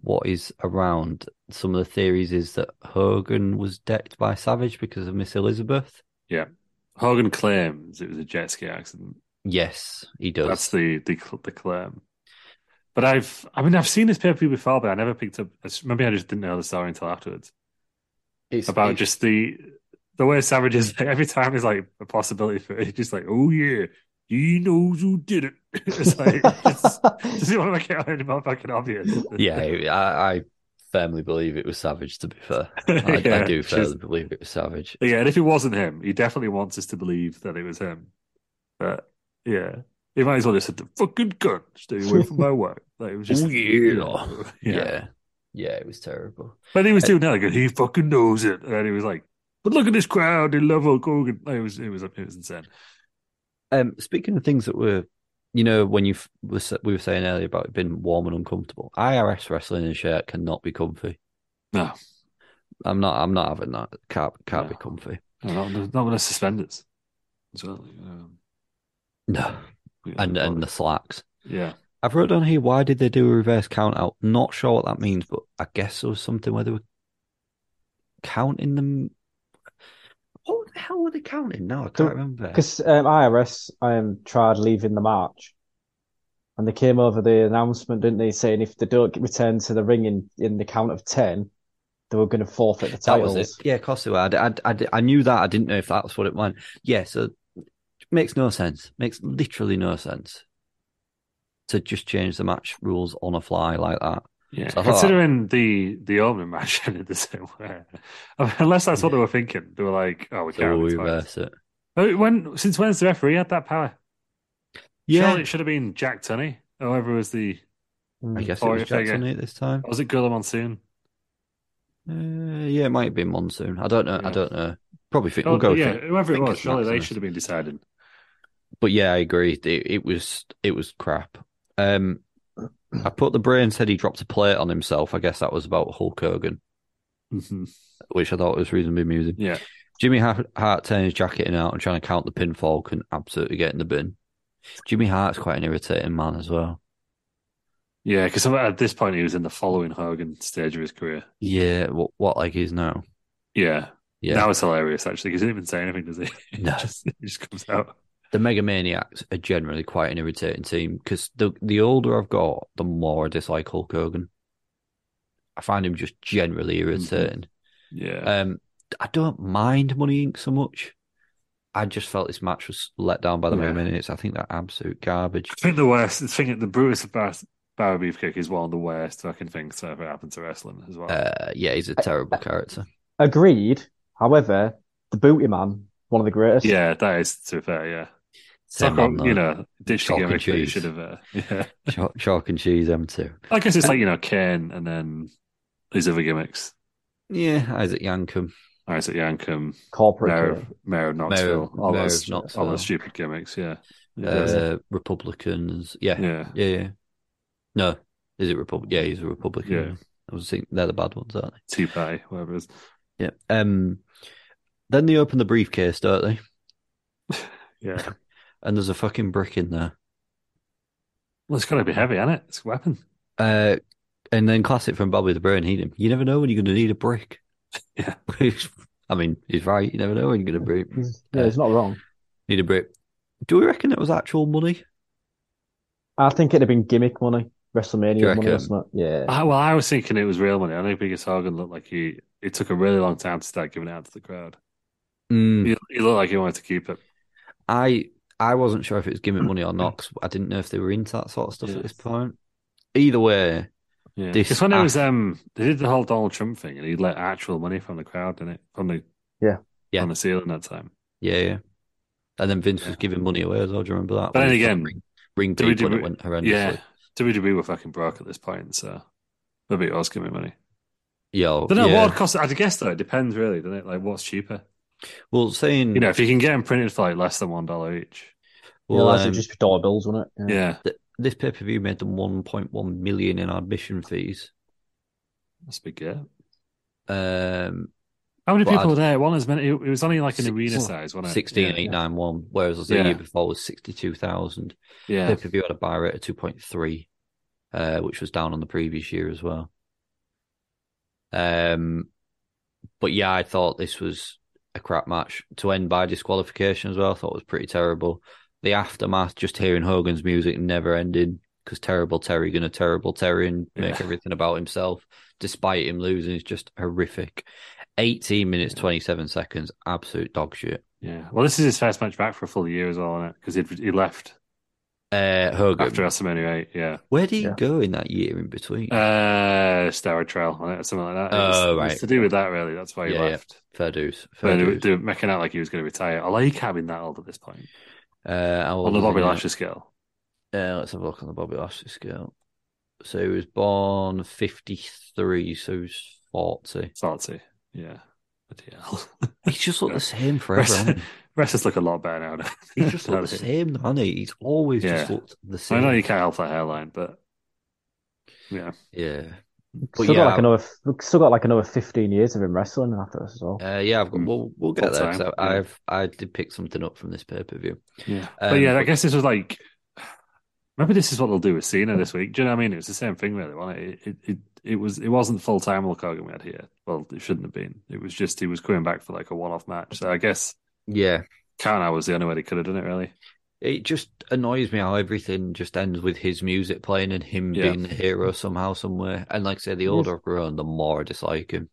what is around, some of the theories is that Hogan was decked by Savage because of Miss Elizabeth.
Hogan claims it was a jet ski accident.
Yes, he does.
That's the the cl- the claim. But I've, I mean, I've seen this pay per view before, but I never picked up. I s- Maybe I just didn't know the story until afterwards.
It's-
about
it's-
just the the way Savage is like, every time is like a possibility for it. He's just like, oh yeah, he knows who did it. it's like, it's, does he want to make it any more fucking obvious?
yeah, I, I firmly believe it was Savage. To be fair, I, I
Yeah,
do
she's-
firmly believe it was Savage.
yeah. And if it wasn't him, he definitely wants us to believe that it was him. But yeah, he might as well just said the fucking gun, stay away from my work. Like it was just,
Oh, yeah.
yeah.
yeah, yeah, it was terrible.
But he was doing that like he fucking knows it, and he was like, but look at this crowd, they love Hulk Hogan. Like, it was it was it was insane.
Um, speaking of things that were, you know, when you was we were saying earlier about it being warm and uncomfortable, IRS wrestling and shirt cannot be comfy.
No,
I'm not. I'm not having that. Can't can't be
No.
comfy.
No, not, with- not with the suspenders. As well, um,
No,
yeah,
and and the slacks.
yeah,
I've wrote down here. Why did they do a reverse count out? Not sure what that means, but I guess there was something where they were counting them. What the hell were they counting? No, I can't
The-
remember.
Because um, IRS um, tried leaving the march, and they came over the announcement, didn't they, saying if they don't return to the ring in, in the count of ten, they were going to forfeit the
That
titles.
was it. Yeah, of course they were. I, d- I d- I d- I knew that. I didn't know if that was what it meant. Yeah, so makes no sense. Makes literally no sense to just change the match rules on a fly like that.
yeah.
So I thought-
Considering the the opening match ended the same way, I mean, unless that's what they were thinking, they were like, "Oh, we
So
can't."
we'll
it's fine.
reverse it.
Oh, When since when's the referee had that power?
Yeah,
Surely it should have been Jack Tunney, whoever was the
I guess it
Or
was
if they
Jackson
get-
eight this time.
was it Gorilla Monsoon?
Uh, yeah, it might be monsoon. I don't know. I
Yeah.
don't know. Probably think,
Oh,
we'll go.
yeah,
with it.
whoever it
think
was,
it's
surely they
Jackson.
should have been deciding.
But yeah, I agree. It, it was it was crap. Um, I put the brain said he dropped a plate on himself. I guess that was about Hulk Hogan,
Mhm.
which I thought was reasonably amusing.
Yeah,
Jimmy Hart, Hart turning his jacket in and out and trying to count the pinfall can absolutely get in the bin. Jimmy Hart's quite an irritating man as well.
yeah, because at this point he was in the following Hogan stage of his career.
Yeah, what, what like he's now.
Yeah,
Yeah,
that was hilarious actually. 'cause He didn't even say anything, does he?
No.
it just, it just comes out.
the Mega Maniacs are generally quite an irritating team because the the older I've got, the more I dislike Hulk Hogan. I find him just generally
Mm-hmm.
irritating.
Yeah.
Um, I don't mind Money Inc. so much. I just felt this match was let down by the Mega
Yeah.
Maniacs. I think they're absolute garbage.
I think the worst the thing, the Brutus Bar- Barrow Beefcake is one of the worst fucking things that ever happened to wrestling as well.
Uh, yeah, he's a terrible character.
Agreed. However, the Booty Man, one of the greatest.
yeah, that is to be fair. Yeah,
Same
Soccer,
man, though.
you know, ditched the
Chalk and
gimmick that you
cheese.
should have. Uh, yeah,
Chalk, chalk and cheese M2.
I guess it's like you know Kane and then his other gimmicks.
Yeah, Isaac Yankum.
Isaac Yankum,
Corporate.
Mayor
killer.
of, Mayor of Knoxville,
of-
all,
Mayor
those,
of Knoxville.
all those stupid gimmicks. Yeah,
Uh, Republicans. Yeah. yeah.
yeah,
Yeah, No. Is it Republic? Yeah, he's a Republican.
Yeah.
I was thinking they're the bad ones, aren't they?
Tea Pie, whatever it is.
Yeah. Um then they open the briefcase, don't they?
Yeah,
And there's a fucking brick in there.
well, it's got to be heavy, hasn't it? It's a weapon.
Uh and then classic from Bobby the Brain Heat him. You never know when you're gonna need a brick.
Yeah.
I mean, he's right, you never know when you're gonna brick.
He's- yeah, he's not wrong.
need a brick. Do we reckon it was actual money?
I think it'd have been gimmick money,
Do you
WrestleMania money,
reckon?
wasn't it? Yeah.
I, well, I was thinking it was real money. I think Biggest Hogan looked like he. It took a really long time to start giving it out to the crowd.
Mm.
He, he looked like he wanted to keep it.
I I wasn't sure if it was gimmick money or not. 'cause I didn't know if they were into that sort of stuff at
Yeah.
this point. Either way,
Yeah,
This
because when it was
act-
um, they did the whole Donald Trump thing, and he let actual money from the crowd, didn't it? From the
Yeah.
Yeah.
on the ceiling that time.
yeah, yeah. And then Vince was
Yeah.
giving money away as well. Do you remember that?
But
When
then
he
again,
ring, ring
do we-
people and
do
it
we-
went horrendously.
Yeah, WWE were fucking broke at this point, so maybe it was giving me money.
yeah, oh,
Don't know
yeah.
what would cost. I'd guess though. It depends, really, doesn't it? Like, what's cheaper?
Well, saying
You know, if you can get them printed for like less than one dollar each,
Well,
Otherwise,
um,
it'd just be doorbells, wouldn't it?
Yeah,
th- this pay per view made them 1.1 million in admission fees.
that's a big gap.
Um,
How many
But
people
I'd-
were there? One as many. It it was only like an
Six-
arena size, wasn't it?
16,891, whereas the
Yeah.
year before was 62,000.
Yeah.
Pay per view had a buy rate of 2.3, uh, which was down on the previous year as well. Um, but yeah, I thought this was a crap match to end by disqualification as well. I thought it was pretty terrible. The aftermath, just hearing Hogan's music never ending because terrible Terry gonna terrible Terry and make
Yeah.
everything about himself, despite him losing, is just horrific. 18 minutes 27 seconds, absolute dog shit.
Yeah. Well, this is his first match back for a full year as well, isn't it? Because he he left
Uh, Hogan,
after WrestleMania eight. Yeah.
where do you
Yeah.
go in that year in between?
Uh, steroid trial on it or something like that. It was-
Oh,
it was
right.
to do with that, really. That's why he
Yeah, yeah.
left.
fair dues, fair
But they were-
dues.
they were making out like he was going to retire. I like having that old at this point.
Uh, how old
On the
was he
Bobby
now?
Lashley scale.
Uh, let's have a look on the Bobby Lashley scale. So he was born 53, so he's 40.
Salty. Yeah. Bloody hell.
He's just looked the same forever.
Wrestlers
hasn't
wrestlers look a lot better now. don't
he?
they?
He's just looked the same, hasn't he? He's always just
Yeah.
looked the
I
same.
know you can't help that hairline, but yeah.
Yeah. But
Still got
yeah,
like another, still got like another fifteen years of him wrestling after this as well.
uh, yeah, I've got,
Mm.
we'll, we'll get
Full
there.
time,
So
yeah.
I've I did pick something up from this pay per view.
Yeah.
Um,
but yeah, I
but-
guess this was like maybe this is what they'll do with Cena this week. Do you know what I mean? It was the same thing really, wasn't it? It it, it was it wasn't full time Hulk Hogan we had here. Well, it shouldn't have been. It was just he was coming back for like a one off match. So I guess
Yeah,
count out was the only way they could have done it really.
it just annoys me how everything just ends with his music playing and him
Yeah.
being the hero somehow, somewhere. And like I say, the older I've grown, the more I dislike him.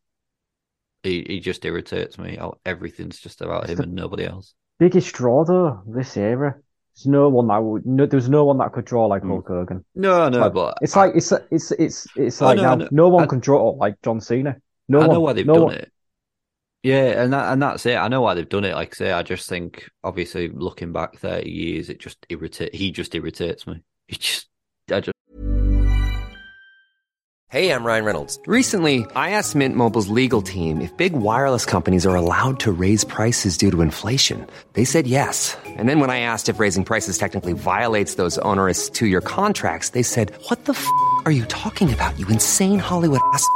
He he just irritates me. How everything's just about him and nobody else.
Biggest draw though this era. There's no one that would. No, there's no one that could draw
Hmm.
like Hulk Hogan.
No, no,
Like,
but
It's
I-
like it's it's it's it's
Oh,
I
like
know,
now
I know.
no one
I-
can draw like John Cena.
I,
No
know
one.
why they've
no
done
one-
it. Yeah, and that and that's it. I know why they've done it. Like I say, I just think obviously looking back thirty years, it just irritate. He just irritates me. He just I just
Hey, I'm Ryan Reynolds. Recently, I asked Mint Mobile's legal team if big wireless companies are allowed to raise prices due to inflation. They said yes. And then when I asked if raising prices technically violates those onerous two year contracts, they said, What the f are you talking about, you insane Hollywood ass? f-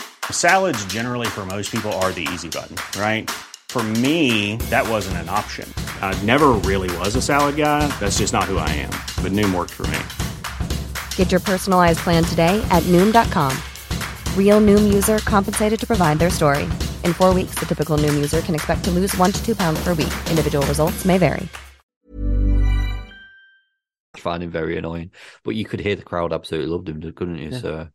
Salads, generally, for most people, are the easy button, right? For me, that wasn't an option. I never really was a salad guy. That's just not who I am. But Noom worked for me.
Get your personalized plan today at Noom.com. Real Noom user compensated to provide their story. In four weeks, the typical Noom user can expect to lose one to two pounds per week. Individual results may vary.
find him very annoying. But you could hear the crowd absolutely loved him, couldn't you? So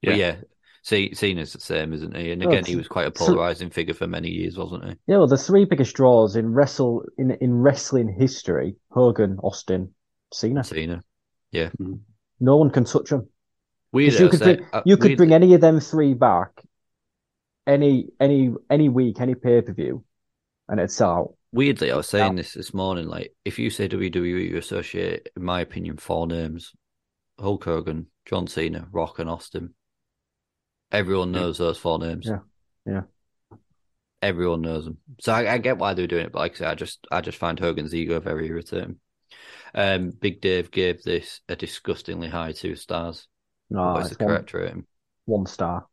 Yeah.
But yeah, C- Cena's the same, isn't he? And
Oh,
again, he
it's-
was quite a
so-
polarizing figure for many years, wasn't he?
Yeah, well, the three biggest draws in wrestle in in wrestling history: Hogan, Austin, Cena.
Cena.
No one can touch him.
Weird.
'Cause you
I
could
say-
bring,
uh,
you could
weird-
bring any of them three back, any any any week, any pay per view, and it'd sell out.
Weirdly, I was saying this this morning. Like, if you say WWE, you associate, in my opinion, four names: Hulk Hogan, John Cena, Rock, and Austin. Everyone knows those four names.
Yeah. Yeah.
Everyone knows them. So I, I get why they're doing it, but like I said, I just I just find Hogan's ego very irritating. Um, Big Dave gave this a disgustingly high two stars.
No,
What's the
it's one-
correct rating?
One star.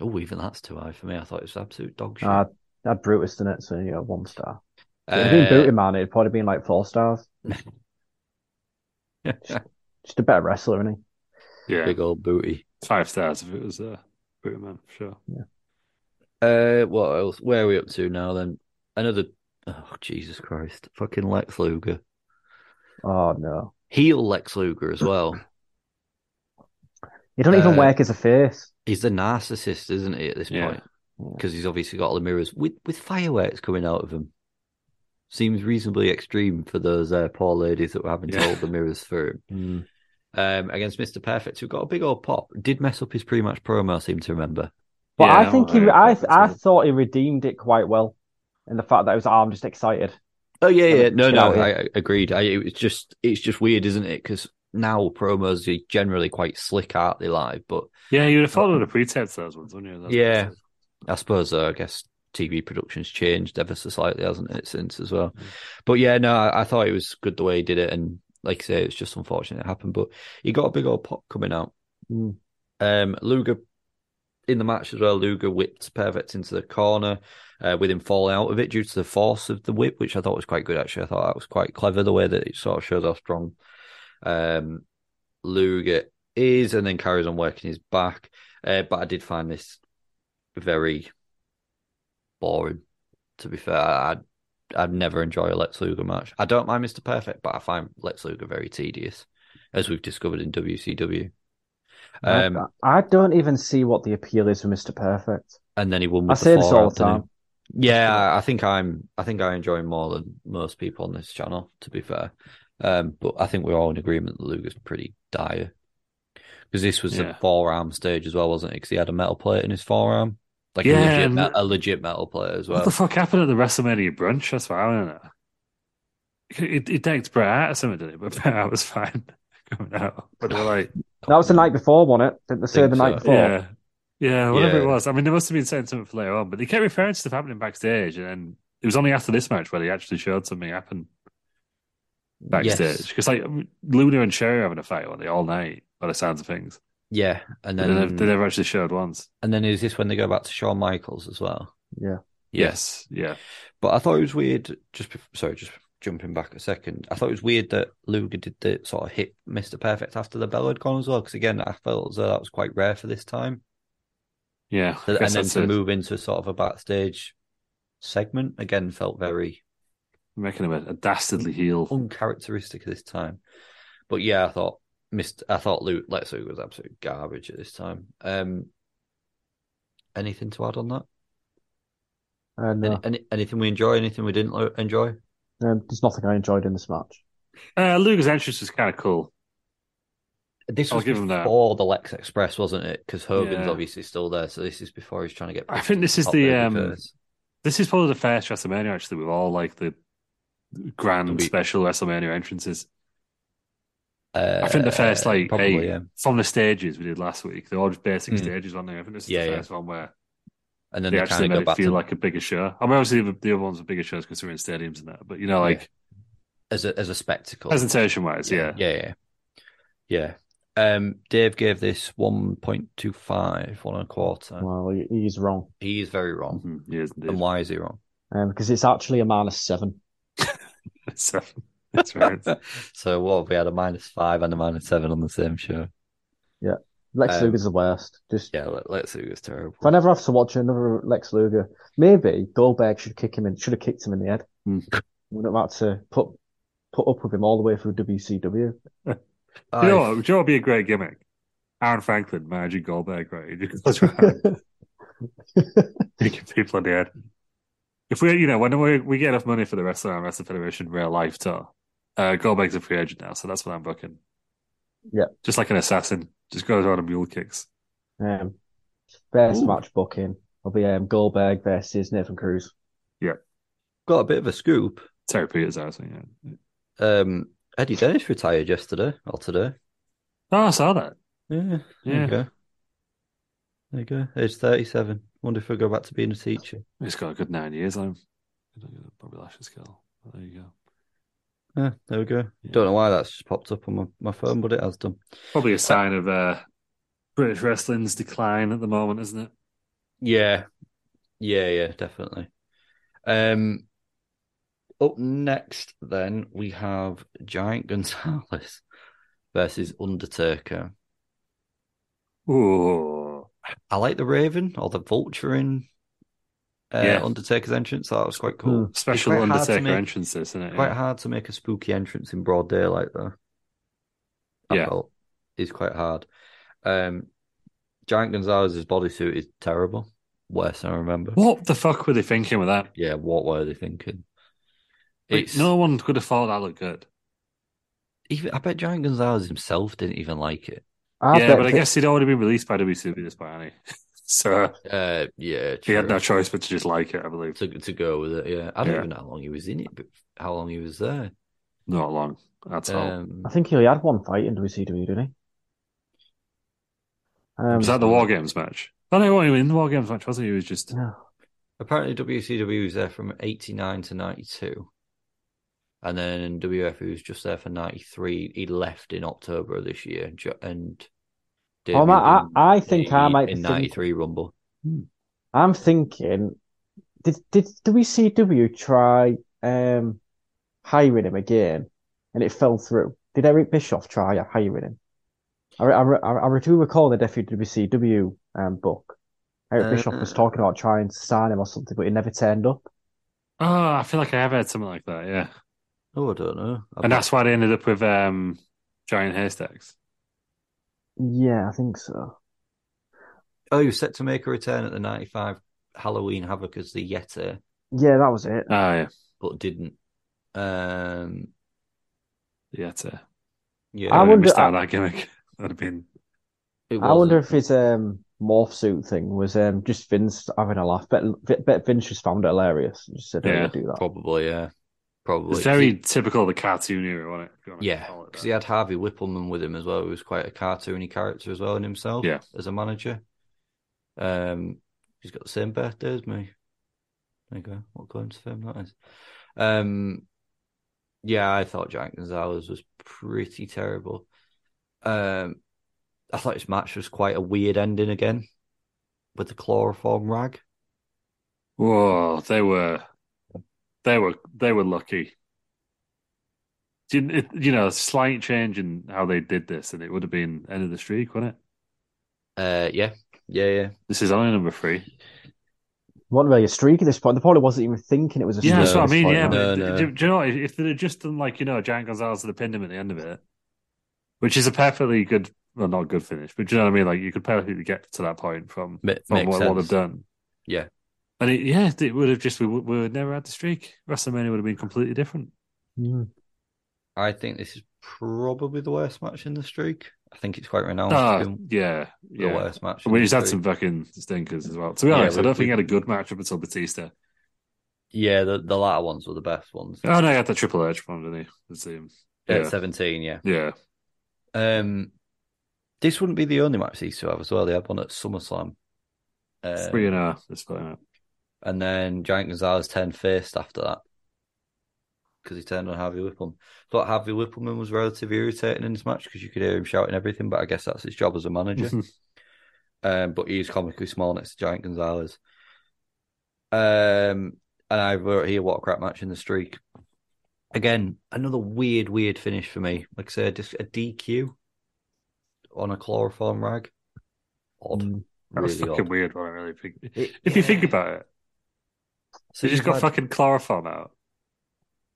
Oh, even that's too high for me. I thought it was absolute dog shit. Uh,
Uh, I had Brutus in it, so yeah, one star. If it'd been Booty Man, it'd probably been like four stars. Just a better wrestler, isn't he?
Yeah.
Big old booty.
Five stars if it was uh, Booty Man, for sure.
Uh, what else? Where are we up to now? Then another. Oh Jesus Christ! Fucking Lex Luger,
Oh no.
heel Lex Luger as well.
He don't even
Uh,
work as a face.
He's the narcissist, isn't he? At this
Yeah.
point, because he's obviously got all the mirrors with with fireworks coming out of him. Seems reasonably extreme for those uh, poor ladies that were having to
Yeah.
hold the mirrors through.
Mm.
Um, against Mister Perfect, who got a big old pop, did mess up his pre-match promo. I seem to remember.
But
Yeah,
I think he,
don't know,
I,
that's
I
all.
thought he redeemed it quite well, in the fact that he was, oh, I'm just excited.
Oh yeah,
Kinda
yeah, no,
shit
no,
out here.
I, I agreed. I, it was just, it's just weird, isn't it? Because now promos are generally quite slick, aren't they? Live, but
Yeah, you'd have followed the pretense those ones, wouldn't you? That's
Yeah. I suppose, uh, I guess TV production's changed ever so slightly, hasn't it, since as well? But yeah, no, I, I thought it was good the way he did it, and like I say, it's just unfortunate it happened. But he got a big old pop coming out.
Mm.
Um, Luger in the match as well. Luger whipped Perfect into the corner, uh, with him falling out of it due to the force of the whip, which I thought was quite good. Actually, I thought that was quite clever the way that it sort of shows how strong um, Luger is, and then carries on working his back. Uh, but I did find this very boring. To be fair, I, I'd- I'd never enjoy a Lex Luger match. I don't mind Mister Perfect, but I find Lex Luger very tedious, as we've discovered in WCW.
I-
Um,
I, don't even see what the appeal is for Mr. Perfect.
and then he won.
I
With
say this all
forearm,
the
didn't he?
time.
Yeah, I- I think I'm. I think I enjoy him more than most people on this channel. To be fair, um, but I think we're all in agreement that Luger's pretty dire because this was the
Yeah.
forearm stage as well, wasn't it? Because he had a metal plate in his forearm, like
Yeah,
a legit,
and-
me- a legit metal plate as
What
well.
the fuck happened at the WrestleMania brunch? That's what I want to know. It, it decked Bret Hart or something, didn't it? But Bret Hart was fine coming out. But they were like,
That was the night before, wasn't it? Didn't they say
Think
the night
so.
before?
yeah, yeah, whatever
Yeah.
it was. I mean, they must have been saying something for later on, but they kept referring to stuff happening backstage. And then it was only after this match where they actually showed something happen backstage.
Yes.
Because, like, Luna and Sherry were having a fight on the all night, by the sounds of things.
Yeah, and
And they, never, they
then
never actually showed once.
and then is this when they go back to Shawn Michaels as well?
Yeah.
Yes. Yeah.
But I thought it was weird. Just bef- sorry, just jumping back a second. I thought it was weird that Luger did the sort of hit Mister Perfect after the bell had gone as well. Because again, I felt as though that was quite rare for this time.
Yeah.
and
Guess
then
that's
to
it.
move into sort of a backstage segment again felt very
Making him a, a dastardly heel.
uncharacteristic at this time. But yeah, I thought missed. I thought Luke Lex Luger was absolute garbage at this time. Um, anything to add on that?
Uh, no.
Any, any, anything we enjoy? Anything we didn't lo- enjoy?
Um, there's nothing I enjoyed in this match.
Uh, Luger's entrance was kind of cool.
This
I'll
was
give him that.
before the Lex Express, wasn't it? Because Hogan's
Yeah.
obviously still there, so this is before he's trying to get.
I think this is
top
the,
baby
um,
face.
This is probably the first WrestleMania actually with all like the grand
We-
special WrestleMania entrances.
Uh,
I think the first like
probably
eight
yeah.
from the stages we did last week. They're all just basic
Hmm.
stages on there. I think this is
Yeah,
the
yeah.
first one where
and then
they
they, kind
actually
of go
made it
back
feel
to
like a bigger show. I mean, obviously the, the other ones were bigger shows because they're in stadiums and that. But you know, like
as a as a spectacle.
presentation wise, yeah.
yeah, yeah, yeah. Um, Dave gave this 1.25, one and a quarter.
Well, he, he's wrong
He is very wrong.
Mhm, he is
And
indeed.
why is he wrong?
because it's actually a minus seven.
So, that's right.
so what if we had a minus five and a minus seven on the same show?
Lex
Um,
Luger's the worst. Just
Yeah, let, let's see. It's terrible.
if I never have to watch another Lex Luger, maybe Goldberg should kick him in. Should have kicked him in the head.
Hmm.
Wouldn't have had to put put up with him all the way through WCW.
You
I've-
know what? Do you know what would be a great gimmick? Aaron Franklin managing Goldberg, right? He just goes around kicking people in the head. If we, you know, when we, we get enough money for the Wrestling and Wrestling Federation real life tour, uh, Goldberg's a free agent now, so that's what I'm booking.
Yeah.
Just like an assassin, just goes around and mule kicks.
Um, best
Ooh.
match booking will be um, Goldberg versus Nathan Cruz.
got a bit of a scoop.
Terry Peters, I was thinking. Yeah.
Um, Eddie Dennis retired yesterday or today.
Oh, I saw that.
Yeah, there
Yeah.
you go. There you go. Age 37. Wonder if he'll go back to being a teacher.
He's got a good nine years on him. I don't know, Bobby Lashley's skill. But there you go.
Yeah, there we go. Don't know why that's just popped up on my, my phone, but it has done.
Probably a sign of uh, British wrestling's decline at the moment, isn't it?
Yeah. Yeah, yeah, definitely. Um up next then we have Giant Gonzalez versus Undertaker.
Ooh.
I like the Raven or the Vulture in uh,
Yeah.
Undertaker's entrance. That was quite cool.
Hmm. Special
It's quite hard to
Undertaker
make-
entrance, this, isn't it?
Quite
Yeah.
hard to make a spooky entrance in broad daylight, though.
Yeah.
is quite hard. Um, Giant Gonzalez's bodysuit is terrible. Worse than I remember.
What the fuck were they thinking with that?
Yeah, what were they thinking?
Like,
It's-
no one could have thought that looked good.
Even I bet Giant Gonzalez himself didn't even like it.
I
yeah,
bet
but I
that-
guess he'd already been released by WCW this by Annie. so
uh, yeah,
he
true.
had no choice but to just like it, I believe.
To, to go with it, yeah. I don't
Yeah.
even know how long he was in it, but how long he was there.
Not long. That's
Um,
I think he only had one fight in WCW, didn't Um, he?
Um,
all. Was that the War Games match? Oh, no, he wasn't even in the War Games match, was he? He was just.
Apparently, WCW was there from 89 to 92. And then WFU was just there for 93. He left in October of this year ju- and
Oh, I, might-
debuted
I, I think I
in-
might be
in
thinking,
93 Rumble.
I'm thinking, did did WCW try um, hiring him again, and it fell through? Did Eric Bischoff try hiring him? I I, I, I do recall in the WCW um, book, Eric Bischoff was
Uh.
talking about trying to sign him or something, but he never turned up.
Oh, I feel like I have heard something like that, yeah.
Oh, I don't know. I
and that's why they ended up with um, Giant Haystacks.
Yeah, I think so.
Oh, he was set to make a return at the 95 Halloween Havoc as the Yeti,
Yeah, that was it.
Oh, yeah.
but didn't. Um,
The Yeti.
yeah,
I
I
wonder-
wonder. Missed out
I-
on that gimmick. That'd have been.
it
I wonder
wasn't.
if his um, morph suit thing was um, just Vince having a laugh. Bet, bet Vince just found it hilarious and just said, "I'm
Yeah.
gonna do that."
Probably, yeah.
It's
Probably.
very typical of the cartoon era, wasn't it? If you wanna
Yeah,
call it
because
that.
he had Harvey Whippleman with him as well, who was quite a cartoony character as well in himself
Yeah.
as a manager. Um, he's got the same birthday as me. There you go. What coins firm that is. Um, yeah, I thought Jack Gonzalez was pretty terrible. Um, I thought his match was quite a weird ending again with the chloroform rag.
Whoa, they were, they were, they were lucky. You, it, you know, a slight change in how they did this, and it would have been end of the streak, wouldn't it?
Uh, yeah, yeah, yeah.
This is only number three.
wasn't really a streak at this point. The probably wasn't even thinking it was a streak.
Yeah, that's
at
what I
this
mean.
point,
Yeah,
man.
but
No, no.
Do, do you know what? If, if they'd have just done like you know, Giant Gonzalez would have pinned him at the end of it, which is a perfectly good, well, not good finish, but do you know what I mean? Like you could perfectly get to that point from
Ma-
from
makes
what, what they've
sense.
done,
Yeah.
and it, yeah, it would have just we, would- we would never had the streak. WrestleMania would have been completely different.
I think this is probably the worst match in the streak. I think Oh, it's quite renowned.
Ah,
for being
yeah,
the
yeah.
worst match. in
We
the
just had
streak.
some fucking stinkers as well. To be
Yeah,
honest, I
we-
don't think
we-
he had a good match up until Batista.
Yeah, the, the latter ones were the best ones.
Oh no, he had the Triple H one, didn't he? It's him.
yeah,
Yeah.
17, yeah.
Yeah.
Um, this wouldn't be the only match these two have as well. They had one at SummerSlam. Um,
Three and a half. That's fine. out.
and then Giant Gonzalez turned first after that because he turned on Harvey Whippleman. Thought Harvey Whippleman was relatively irritating in this match because you could hear him shouting everything, but I guess that's his job as a manager. um, but he's comically small next to Giant Gonzalez. Um, and I wrote here what a crap match in the streak. Again, another weird, weird finish for me. Like I said, just a DQ on a chloroform rag. Odd.
Mm. That was
Really
fucking
odd.
weird. What I really think.
It-
if you think
yeah.
about it,
So
they just
you've
got
had-
fucking chloroform out.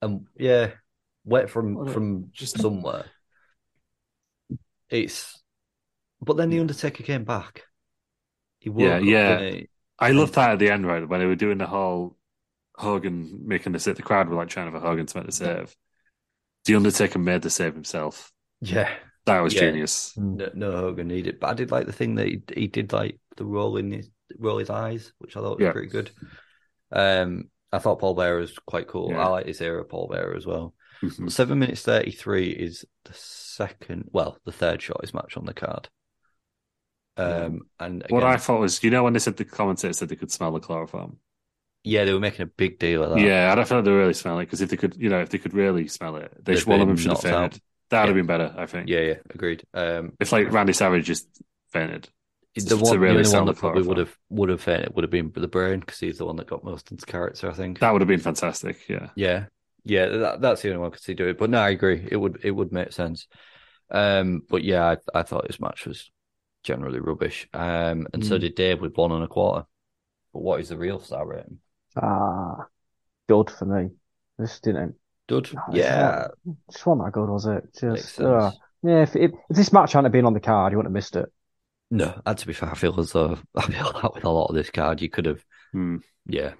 and yeah, Um, wet from
Well,
from
just-
somewhere. It's, but then the Undertaker came back. He woke
Yeah,
up,
yeah.
didn't he?
I
Mm.
love that at the end, right? When they were doing the whole Hogan making the save, the crowd were like trying for Hogan to make the save. The Undertaker made the save himself.
yeah.
That was
Yeah.
genius.
No, no Hogan needed, but I did like the thing that he, he did, like the roll in his roll his eyes, which I thought was
Yeah.
pretty good. Um, I thought Paul Bearer was quite cool.
Yeah.
I like his era, Paul Bearer as well.
Mhm.
Seven minutes thirty three is the second, well, the third shortest match on the card. Um, and
what
again-
I thought was, you know, when they said the commentator said they could smell the chloroform.
yeah, they were making a big deal of that.
Yeah, I don't feel like they really smell it because if they could, you know, if they could really smell it, they
They'd
should, one of
been
them should have
knocked out.
fainted. That would have been better, I think.
Yeah, yeah, agreed. Um,
If like Randy Savage just fainted,
the
just
one,
to really
the only one
sound
that probably
horrified.
would have would have fainted would have been the brain because he's the one that got most into character. I think
that would have been fantastic. Yeah,
Yeah, yeah, that, that's the only one I could see do it. But no, I agree. It would it would make sense. Um, but yeah, I, I thought this match was generally rubbish. Um, and so
Hmm.
Mm.
did Dave with one and a quarter. But what is the real star rating?
Ah, good for me. This didn't.
Good.
No, this
yeah,
wasn't- This wasn't that good, was it? Just
sense.
ah. yeah. If, if, if this match hadn't been on the card, you wouldn't have missed it.
No, and to be fair, I feel as though I feel that with a lot of this card, you could have. Yeah,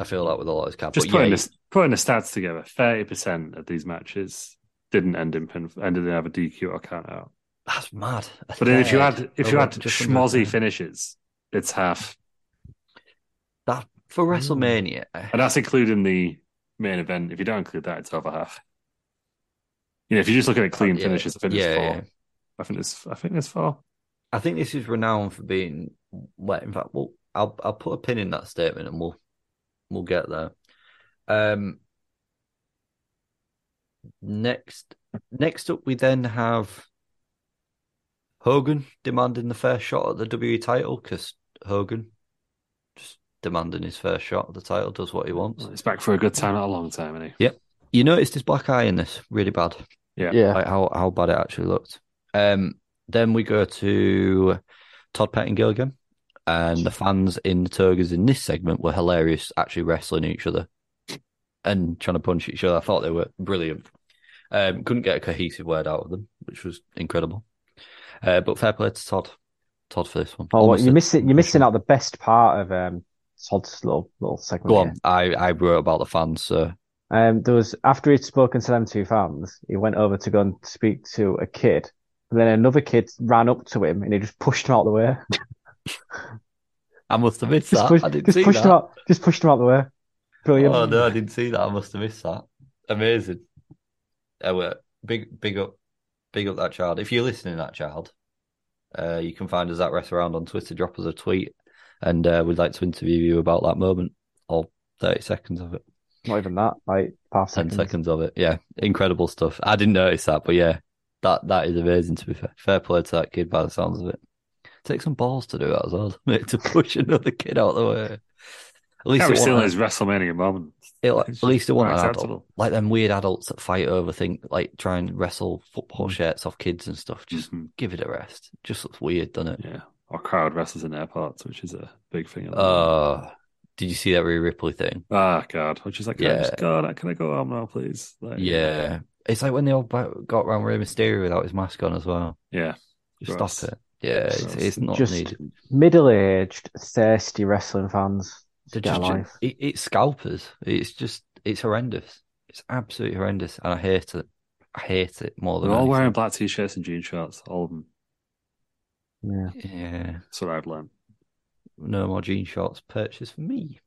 I feel that with a lot of this card.
just
Hmm. but
putting
yeah,
the putting the stats together. Thirty percent of these matches didn't end in pin, ended in either DQ or count out.
that's mad. A
But then if you
third
had if
of
you
a-
had
oh, just under a
schmozzy
third.
finishes, it's half,
that for
Mm.
WrestleMania,
and that's including the main event. If you don't include that, it's over half. You know, if you're just looking at clean
Yeah,
finishes, I think
yeah,
it's four.
yeah.
I think it's I think it's four.
I think this is renowned for being wet. In fact, well, I'll I'll put a pin in that statement and we'll we'll get there. Um, next next up, we then have Hogan demanding the first shot at the WE title because Hogan just demanding his first shot at the title does what he wants.
It's back for a good time, not a long time, isn't he?
Yep. You noticed his black eye in this really bad.
Yeah.
Yeah.
Like how how bad it actually looked. Um. Then we go to Todd Pettingill again, and the fans in the Turgers in this segment were hilarious, actually wrestling each other and trying to punch each other. I thought they were brilliant. Um, couldn't get a cohesive word out of them, which was incredible. Uh, but fair play to Todd, Todd for this one.
Oh,
Almost
you
a-
miss it. You're missing out the best part of um Todd's little little segment.
Go
here.
on, I I wrote about the fans, so
Um, there was after he'd spoken to them two fans, he went over to go and speak to a kid, and then another kid ran up to him and he just pushed him out the way.
I must have missed
Just
that.
push-
I didn't
just
see
pushed
that.
him out. Just pushed him out the way. Brilliant.
Oh no, I didn't see that. I must have missed that. Amazing. Oh, well, big, big up, big up that child. If you're listening, that child, uh, you can find us at Rest Around on Twitter. Drop us a tweet, and uh, we'd like to interview you about that moment or thirty seconds of it,
Not even that. Like half
ten
seconds.
seconds. of it. Yeah, incredible stuff. I didn't notice that, but yeah, that that is amazing. To be fair, fair play to that kid by the sounds of it. Take some balls to do that as well, mate, to push another kid out the way. At
At
least it
least still
wasn't-
is WrestleMania moment.
It'll, at least it
quite
wasn't an adult.
acceptable.
Like them weird adults that fight over things, like try and wrestle
Mm.
football shirts off kids and stuff. Just give it a rest. Just looks weird, doesn't it?
Yeah. Or crowd wrestles in airports, which is a big thing. at the moment.
Uh, did you see that Rhea Ripley thing?
Ah, God. Which is like, can I just
Yeah.
go? Can I go home now, please? Like,
Yeah. It's like when they all bu- got around Rey Mysterio without his mask on as well.
Yeah.
Just
Gross.
stop it. Yeah, it's,
Gross.
it's not
Just
needed.
middle-aged, thirsty wrestling fans.
They're
Get a
just,
life.
it, it's scalpers. It's just, it's horrendous. It's absolutely horrendous. And I hate it. I hate it more than
They're all
anything.
wearing black t shirts and jean shorts, all of them.
Yeah.
Yeah.
That's what I've learned.
no more jean shorts purchased for me.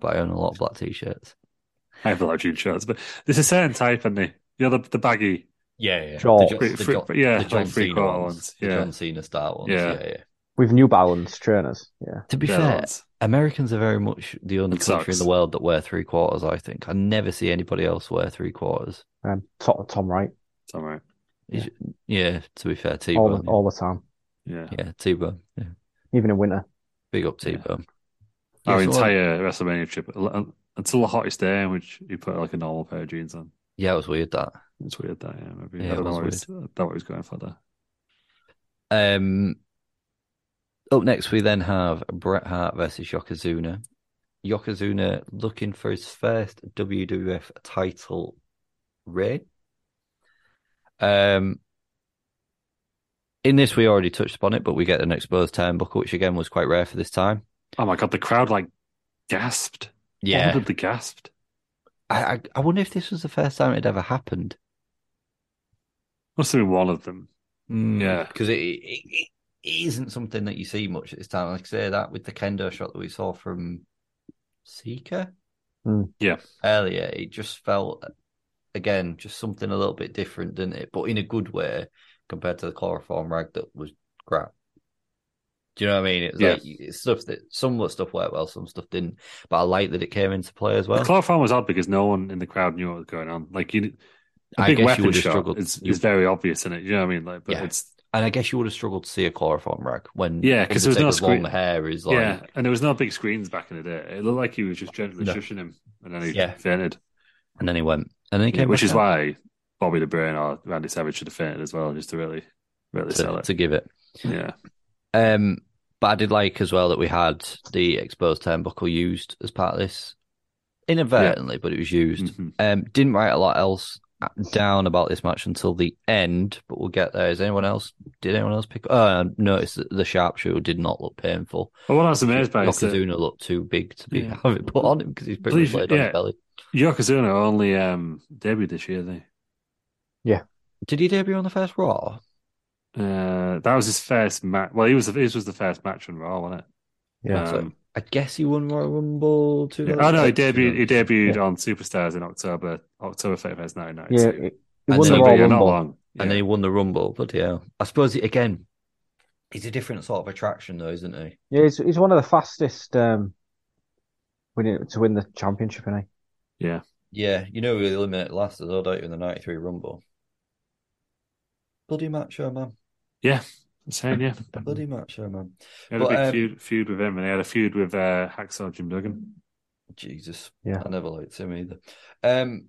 But I own a lot of black t-shirts.
I have a lot of jean shorts, but there's a certain type, isn't there? You know, the, the baggy.
Yeah, yeah.
Shorts.
The,
Free-
jo- the,
free-
jo-
yeah,
the
like
John Cena
three-quarter
ones.
ones,
The
yeah.
John Cena style ones.
Yeah.
Yeah, yeah.
With New Balance trainers. Yeah.
To be
Yeah,
fair,
that's-
Americans are very much the only
It
country in
sucks.
the world that wear three quarters, I think. I never see anybody else wear three quarters.
Um, Tom, Tom Wright.
It's all right.
Is- Yeah, to be fair, T
All
Bone.
the, all the time.
Yeah.
yeah, T Bone. Yeah.
Even in winter.
Big up T Bone.
Our
Yeah, so-
Oh, entire WrestleMania trip, l- until the hottest day in which he put like a normal pair of jeans on.
Yeah, it was weird that.
It's weird that, yeah. Maybe.
Yeah,
I
it
don't know
was
what, he's, I don't know what he's going for there.
Um, up next, we then have Bret Hart versus Yokozuna. Yokozuna looking for his first WWF title reign. Um, in this, we already touched upon it, but we get an exposed turnbuckle, which again was quite rare for this time.
Oh my God, the crowd like gasped.
Yeah.
Audibly gasped.
I, I, I wonder if this was the first time it ever happened.
Must have been one of them.
Mm.
Yeah.
because it, it, it isn't something that you see much at this time. Like I say that with the kendo shot that we saw from Seeker. Hmm.
Yeah.
earlier, it just felt again just something a little bit different, didn't it? But in a good way compared to the chloroform rag that was crap. Do you know what I mean? It's
Yeah.
like it's stuff that some of the stuff worked well, some stuff didn't. But I like that it came into play as well.
The chloroform was odd because no one in the crowd knew what was going on. Like you, a
I
big
guess you
weapon
would've
shot
struggled-
is,
you-
is very obvious in it. You know what I mean? Like, but
Yeah.
it's
and I guess you would have struggled to see a chloroform rag when
yeah, because there was no
Undertaker's
screen.
long hair is like
yeah, and there was no big screens back in the day. It looked like he was just gently
No.
shushing him, and then he
Yeah.
fainted.
And then he went, and then he came,
which
back
is
out
why Bobby the Brain or Randy Savage should have fainted as well, just to really, really sell
to,
it.
to give it.
Yeah,
Um, but I did like as well that we had the exposed turnbuckle used as part of this inadvertently, but it was
Mm-hmm.
used. Um, didn't write a lot else down about this match until the end, but we'll get there. Is anyone else? Did anyone else pick? Oh, I noticed that the sharpshooter did not look painful.
Well, what I was amazed by is that-
Yokozuna looked too big to be
Yeah.
have it put on him because he's pretty much
Please,
laid on
yeah.
his belly.
Yokozuna only um, debuted this year, didn't
Did he debut on the first Raw?
he? Uh, that was his first match. Well, he was his was the first match on Raw, wasn't it?
Yeah. So-
Um,
I guess he won Royal Rumble. Two.
Yeah. Oh no, he debuted. He debuted on Superstars in October, October thirty first, nineteen ninety two. long.
And then he won the Rumble. But yeah, I suppose it, again, he's a different sort of attraction, though, isn't he?
Yeah, he's, he's one of the fastest um, winning, to win the championship, isn't
Yeah.
Yeah, you know, he eliminated last as well, don't you, in the 93 Rumble? Bloody macho man.
Yeah, same. Yeah,
Bloody macho man.
He had
But,
a big
um,
feud, feud with him, and he had a feud with uh, Hacksaw Jim Duggan.
Jesus,
Yeah.
I never liked him either. Um,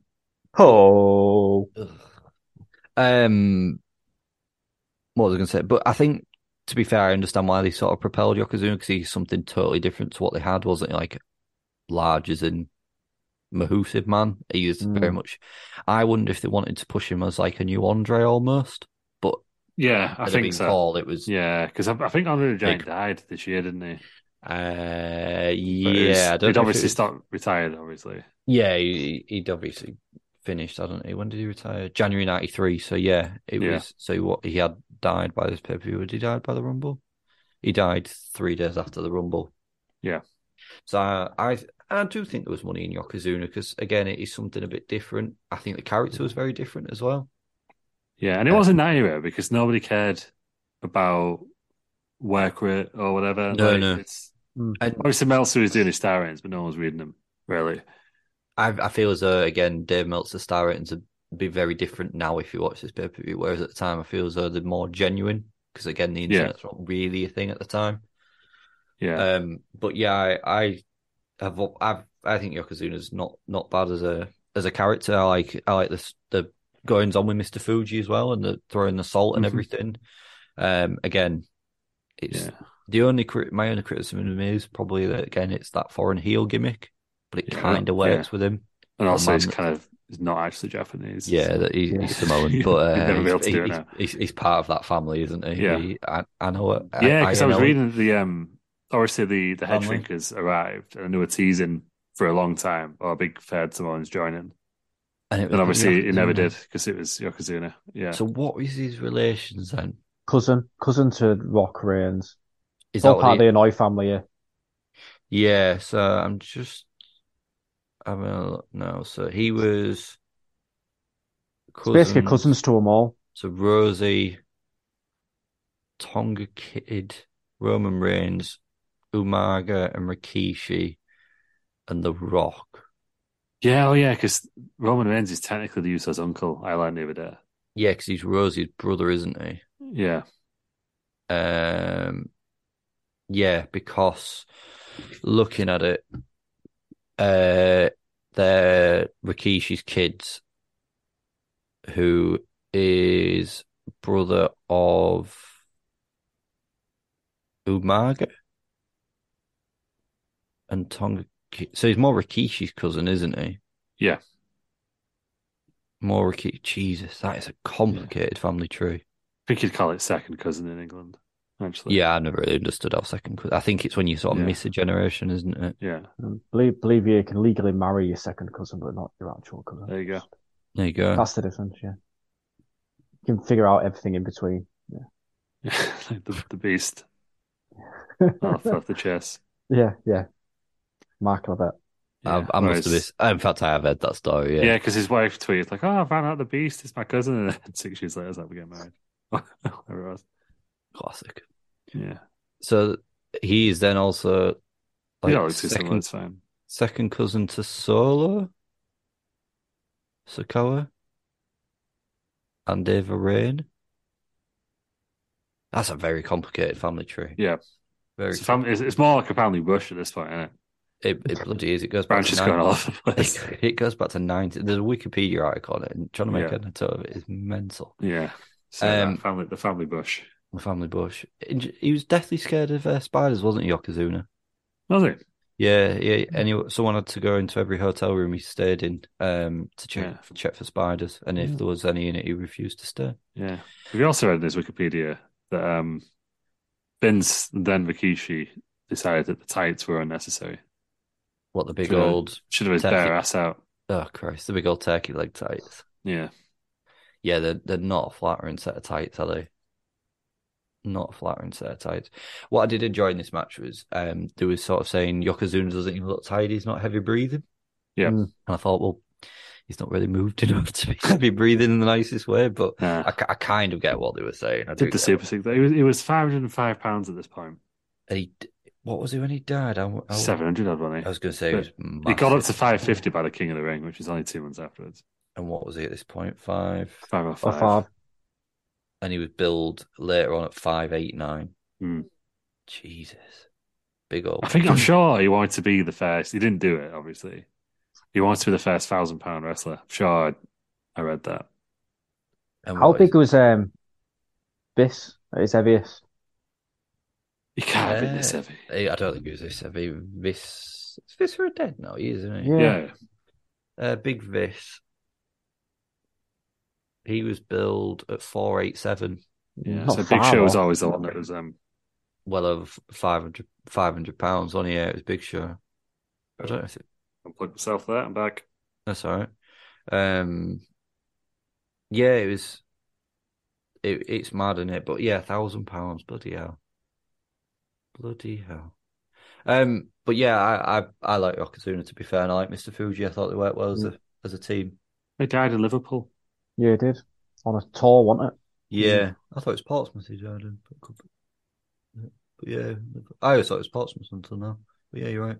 he? Oh.
um, what was I going to say? But I think, to be fair, I understand why they sort of propelled Yokozuna because he's something totally different to what they had, wasn't he? Like, large as in Mahusive man. He is very
Mm.
much. I wonder if they wanted to push him as like a new Andre almost, but
Yeah, I
Had it been
think so.
Paul, it was
yeah, because I, I think Andre the Giant
Big.
died this year, didn't he?
Uh,
But it was-
yeah, I don't
he'd
know if
obviously
it was-
start retired. Obviously,
Yeah, he, he'd obviously finished, hadn't he? When did he retire? January '93. So yeah, it
Yeah.
was. So what he had died by this pay per view. Had he died by the Rumble? He died three days after the Rumble.
Yeah.
So I, I, I do think there was money in Yokozuna because again, it is something a bit different. I think the character was very different as well.
yeah, and it wasn't that era because nobody cared about work rate or whatever.
No,
Like,
no.
It's,
And-
obviously, Meltzer was doing his star ratings, but no one was reading them really.
I, I feel as though again, Dave Meltzer's star ratings would be very different now if you watch this pay per view. Whereas at the time, I feel as though they're more genuine because again, the
Yeah.
internet's not really a thing at the time.
Yeah.
Um, but yeah, I, I have I've, I think Yokozuna's not not bad as a as a character. I like I like the s- the goings on with Mister Fuji as well, and the throwing the salt and
Mhm.
everything. Um, again, it's
Yeah.
the only crit- my only criticism of him is probably that again it's that foreign heel gimmick, but it
Yeah,
kind
yeah.
of works with him. That
And also, he's
man-
kind of he's not actually Japanese.
yeah, that he,
Yeah.
he's Samoan,
You'd
but
never
uh,
be able
he's,
to do it
he's,
now.
he's, he's part of that family, isn't he?
Yeah.
He- I, I know it.
Yeah, because I was
know it.
reading the um obviously the the head
Family.
shrinkers arrived and they were teasing for a long time. Oh, big third Samoans joining,
and, it was
and obviously
Yokozuna.
it never did because it was Yokozuna. Yeah,
So what is his relations then?
Cousin. Cousin to Rock Reigns.
Is
All
that what
part
he-
of the Inouye family here.
Yeah, so I'm just having a look now. So he was
It's basically
cousin
cousins to them all.
to Rosie, Tonga Kid, Roman Reigns, Umaga, and Rikishi, and The Rock.
yeah, oh yeah, because Roman Reigns is technically the Usos' uncle. I learned the other day.
Yeah, because he's Rosie's brother, isn't he?
Yeah,
Um, yeah, because looking at it, uh, they're Rikishi's kids, who is brother of Umaga and Tonga. Ki- So he's more Rikishi's cousin, isn't he?
yeah,
More Rikishi. Jesus, that is a complicated family tree.
I think you'd call it second cousin in England. Actually,
Yeah, I never really understood how second cousin. I think it's when you sort of
Yeah.
miss a generation, isn't it?
yeah,
And Um, believe, believe you can legally marry your second cousin, but not your actual cousin.
there you go.
There you go.
That's the difference, yeah. You can figure out everything in between.
like the, the beast. I'll throw the chess.
Yeah, yeah. Mark Levitt.
Yeah,
I, I must have
whereas-
missed. In fact, I have heard that story. Yeah.
Yeah, because his wife tweeted like, "Oh, I found out the beast is my cousin," and then six years later, it's like we get married. Whatever it was.
Classic.
Yeah.
So he is then also like
Yeah, it's just
second,
that's fine.
second cousin to Solo, Sakawa, and Ava Rain. That's a very complicated family tree.
Yeah.
Very
It's, a fam- it's, it's more like a family bush at this point, isn't it?
It, it bloody is. It goes back
Branch
to
has gone
90
all over the place.
It, goes back to ninety. There's a Wikipedia article on it, and trying to make
Yeah.
head and toe of it is mental.
Yeah. So
Um,
that family, the family bush.
The family bush. He was deathly scared of uh, spiders, wasn't he, Yokozuna?
Was it?
Yeah,
Mm.
yeah. Anyway, someone had to go into every hotel room he stayed in um, to check
Yeah. Mm.
check for spiders, and if
Yeah.
there was any in it, he refused to stay.
Yeah. Have you also read in this Wikipedia that um, Vince and then Rikishi decided that the tights were unnecessary?
What the big
Should've-
old
Should have his
turkey-
bare ass out.
Oh Christ, the big old turkey leg tights.
Yeah.
Yeah, they're they're not a flattering set of tights, are they? Not a flattering set of tights. What I did enjoy in this match was um they were sort of saying Yokozuna doesn't even look tired, he's not heavy breathing.
Yeah.
Mm.
And I thought, well, he's not really moved enough to be heavy breathing in the nicest way, but
Nah.
I, ki- I kind of get what they were saying. I do
did the
get
Super Six. It was, it was £505 at this point.
And he d- what was it when he died? I, I-
700 odd, wasn't
I
he?
was going to say it was
He got up
massive.
to 550 by the King of the Ring, which is only two months afterwards.
And what was he at this point? Five.
Or
505.
five.
And he was billed later on at five eight nine.
Hmm.
Jesus, big old.
I think I'm sure he wanted to be the first. He didn't do it, obviously. He wanted to be the first thousand pound wrestler. I'm sure I, I read that.
And
How
what is-
big was um Biss at his heaviest?
He can't have been this
Uh,
heavy.
eh, I don't think he was this heavy. This is this for a dead now, he is, isn't he?
Yeah.
Yeah.
Uh, big Vis. He was billed at four eight seven,
Yeah.
Not
So Big
far
Show was
off.
always the one that was um
well of 500, 500 pounds on here. It was Big Show. I don't know if it,
unplugged myself there. I'm back.
that's all right. Um, yeah, it was. It, it's mad, is it? But yeah, thousand pounds, bloody hell, bloody hell. Um, but yeah, I I, I like Yokozuna to be fair, and I like Mr. Fuji. I thought they worked well as a as a team.
They died in Liverpool.
Yeah, he did. On a tour, wasn't it?
Yeah, I thought it was Portsmouth who died in, but, could be- but yeah, I always thought it was Portsmouth until now. But yeah, you're right.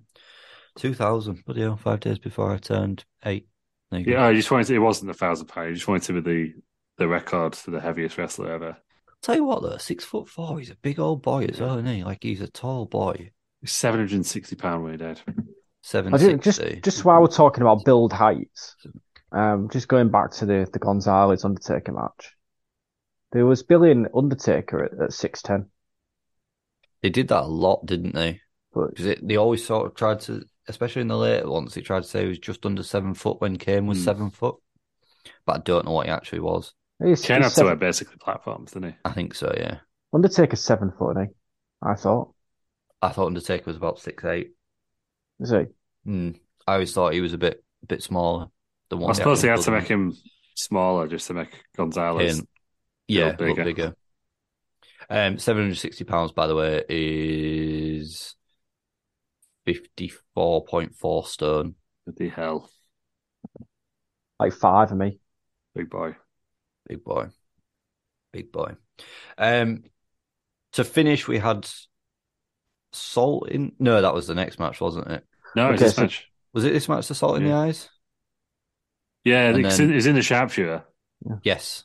Two thousand, bloody hell, five days before I turned eight. There you go.
Yeah, I just wanted to, it wasn't a thousand pound. He just wanted to be the the record for the heaviest wrestler ever.
Tell you what, though, six foot four, he's a big old boy as well, isn't he? Like he's a tall boy,
Seven hundred and sixty pound when he died.
seven
I did, just
sixty.
just while we're talking about build heights, um, just going back to the the Gonzalez Undertaker match. There was Billy and Undertaker at, at six ten,
They did that a lot, didn't they?
but
Because it, they always sort of tried to, especially in the later ones, they tried to say he was just under seven foot when Kane was
Hmm.
seven foot. But I don't know what he actually was.
he's,
Ken
he's
had to wear
seven,
basically platforms, didn't he?
I think so, yeah.
Undertaker's seven foot, isn't he? I thought.
I thought Undertaker was about six eight.
Is he?
Mm. I always thought he was a bit bit smaller than what
I suppose they
actually
had to
was.
make him smaller just to make Gonzalez.
Kane. Yeah,
look bigger.
look bigger. Um, seven hundred sixty pounds, by the way, is fifty four point four stone.
What the hell,
Like five of me.
big boy.
Big boy, big boy. Um, to finish, we had salt in. No, that was the next match, wasn't it?
No, it's
Okay,
this
so-
match.
Was it this match? The salt in the
Yeah.
eyes.
Yeah,
And
it's,
then-
in, it's in the sharpshooter,
Yes,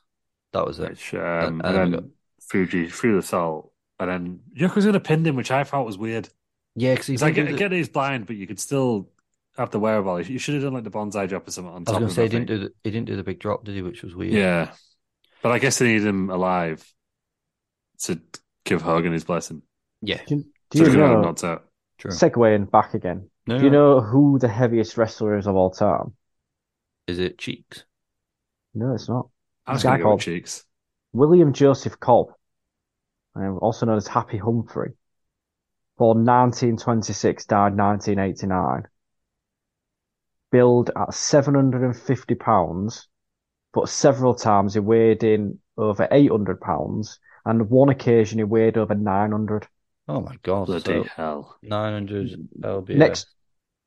that was it.
which um,
and-
and,
and then we
then Fuji threw the salt, and then Yokozuna pinned him, which I thought was weird.
Yeah, because
It's like I get he's blind, but you could still have the wearable. You should have done like the bonsai drop or something on
I was
top.
going
of
to say he
the
didn't
thing.
do the, he didn't do the big drop, did he? Which was weird.
Yeah, but I guess they needed him alive to give Hogan his blessing.
yeah,
Do,
So
do you
they could have him
know?
knocked out.
true.
Segueing back again.
No,
Do you know who the heaviest wrestler is of all time?
is it cheeks?
No, it's not.
I was going to go with
Jackal.
cheeks.
William Joseph Cobb, um, also known as Happy Humphrey, born 1926, died 1989. Billed at 750 pounds, but several times he weighed in over 800 pounds, and one occasion he weighed over 900.
Oh my god!
Bloody hell!
Nine hundred LBS.
Mm. Next,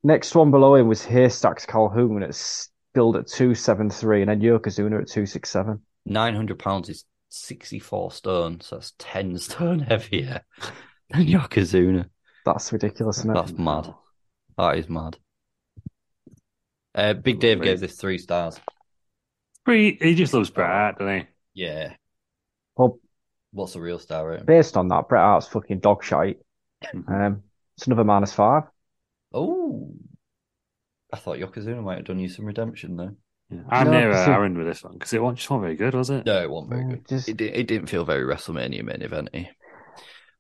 next one below him was Haystacks Calhoun at s- billed at 273, and then Yokozuna at 267.
nine hundred pounds is sixty-four stone, so that's ten stone heavier. And Yokozuna.
That's ridiculous, isn't it?
That's mad. That is mad. Uh, Big Dave gave this three stars.
He, he just loves Bret Hart, doesn't he?
Yeah.
Well,
What's the real star rating?
based on that, Bret Hart's fucking dog shite. Um, it's another minus five.
Oh, I thought Yokozuna might have done you some redemption though.
I'm
No,
near uh,
so-
Aaron with this one because it wa- just wasn't very good, was it?
No, it wasn't
Oh.
very good.
It,
di- it didn't feel very WrestleMania main eventy.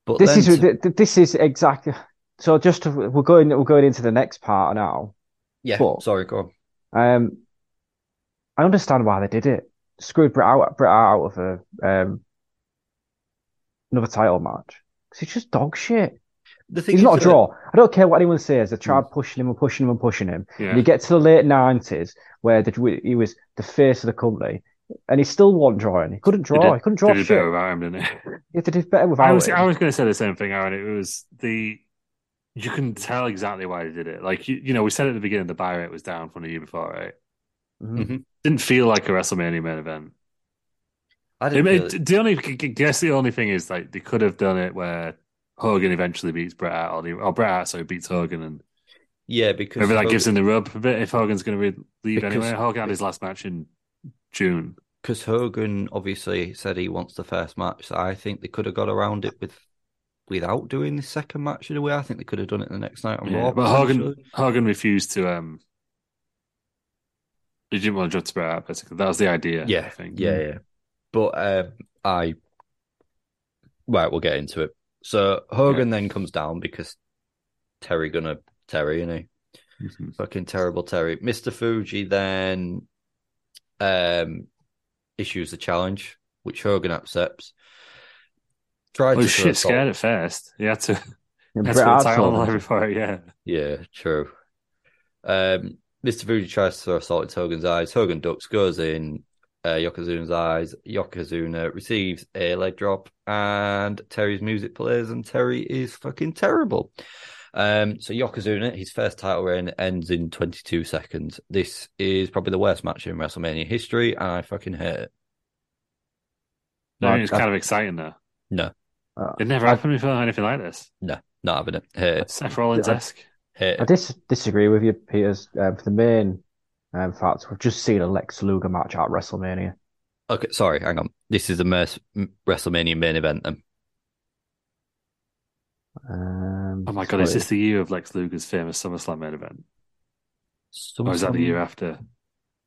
But
this
then
is
to-
th- th- this is exactly. So just to, we're going we're going into the next part now.
yeah.
but-
Sorry, go on.
Um, I understand why they did it. Screwed Bret out Bret Hart out of a um another title match because it's just dog shit.
The thing
He's
is
not a
that-
draw. I don't care what anyone says. They tried pushing him and pushing him and pushing him.
Yeah.
And you get to the late nineties where the, he was the face of the company, and he still wasn't drawing. He couldn't
They
draw.
did-
he couldn't draw
they did
shit.
better without him, didn't it?
Yeah, they did better without
I was,
him.
I was going to say the same thing, Aaron. It was the you can tell exactly why they did it. Like you, you know, we said at the beginning the buy rate was down from the year before, right?
Mm-hmm.
Mm-hmm.
Mhm.
Didn't feel like a WrestleMania main event.
I
It
didn't.
made-
feel it-
the only I guess the only thing is like they could have done it where Hogan eventually beats Bret Hart, or, the, or Bret Hart so beats Hogan, and
yeah, because
maybe that
Hogan-
gives him the rub a bit if Hogan's going to re- leave
Because-
anyway. Hogan had his last match in June.
because Hogan obviously said he wants the first match. So I think they could have got around it with without doing the second match in a way. I think they could have done it the next night on
Yeah,
Raw.
but Hogan
potentially.
Hogan refused to. um He didn't want to jump to Bret Hart. Basically, that was the idea. I
yeah,
think.
yeah, yeah. But um, I right, we'll get into it. So Hogan then comes down because Terry gonna Terry, you know,
Mm-hmm.
fucking terrible Terry. Mister Fuji then um issues the challenge, which Hogan accepts. Tried
Oh,
to
shit,
somersault-
scared at first. He had to.
Yeah,
That's
Bret
what
Hart's
title
all-
line before, yeah.
Yeah, true. Um, Mr. Fuji tries to throw salt into Hogan's eyes. Hogan ducks, goes in uh, Yokozuna's eyes. Yokozuna receives a leg drop, and Terry's music plays, and Terry is fucking terrible. Um, so Yokozuna, his first title reign ends in 22 seconds. This is probably the worst match in WrestleMania history, and I fucking hate it.
No,
Like,
it was
I-
kind of exciting though.
No,
It never happened before, anything like this.
no, not having it. Hate it.
Seth Rollins esque.
Hate
I
it.
dis- disagree with you, Peters. Um, for the main um, fact, we've just seen a Lex Luger match at WrestleMania.
Okay, sorry, hang on. This is the most WrestleMania main event then.
Um,
Oh my god, is
sorry.
this the year of Lex Luger's famous SummerSlam main event?
SummerSlam,
Or Oh, is that the year after?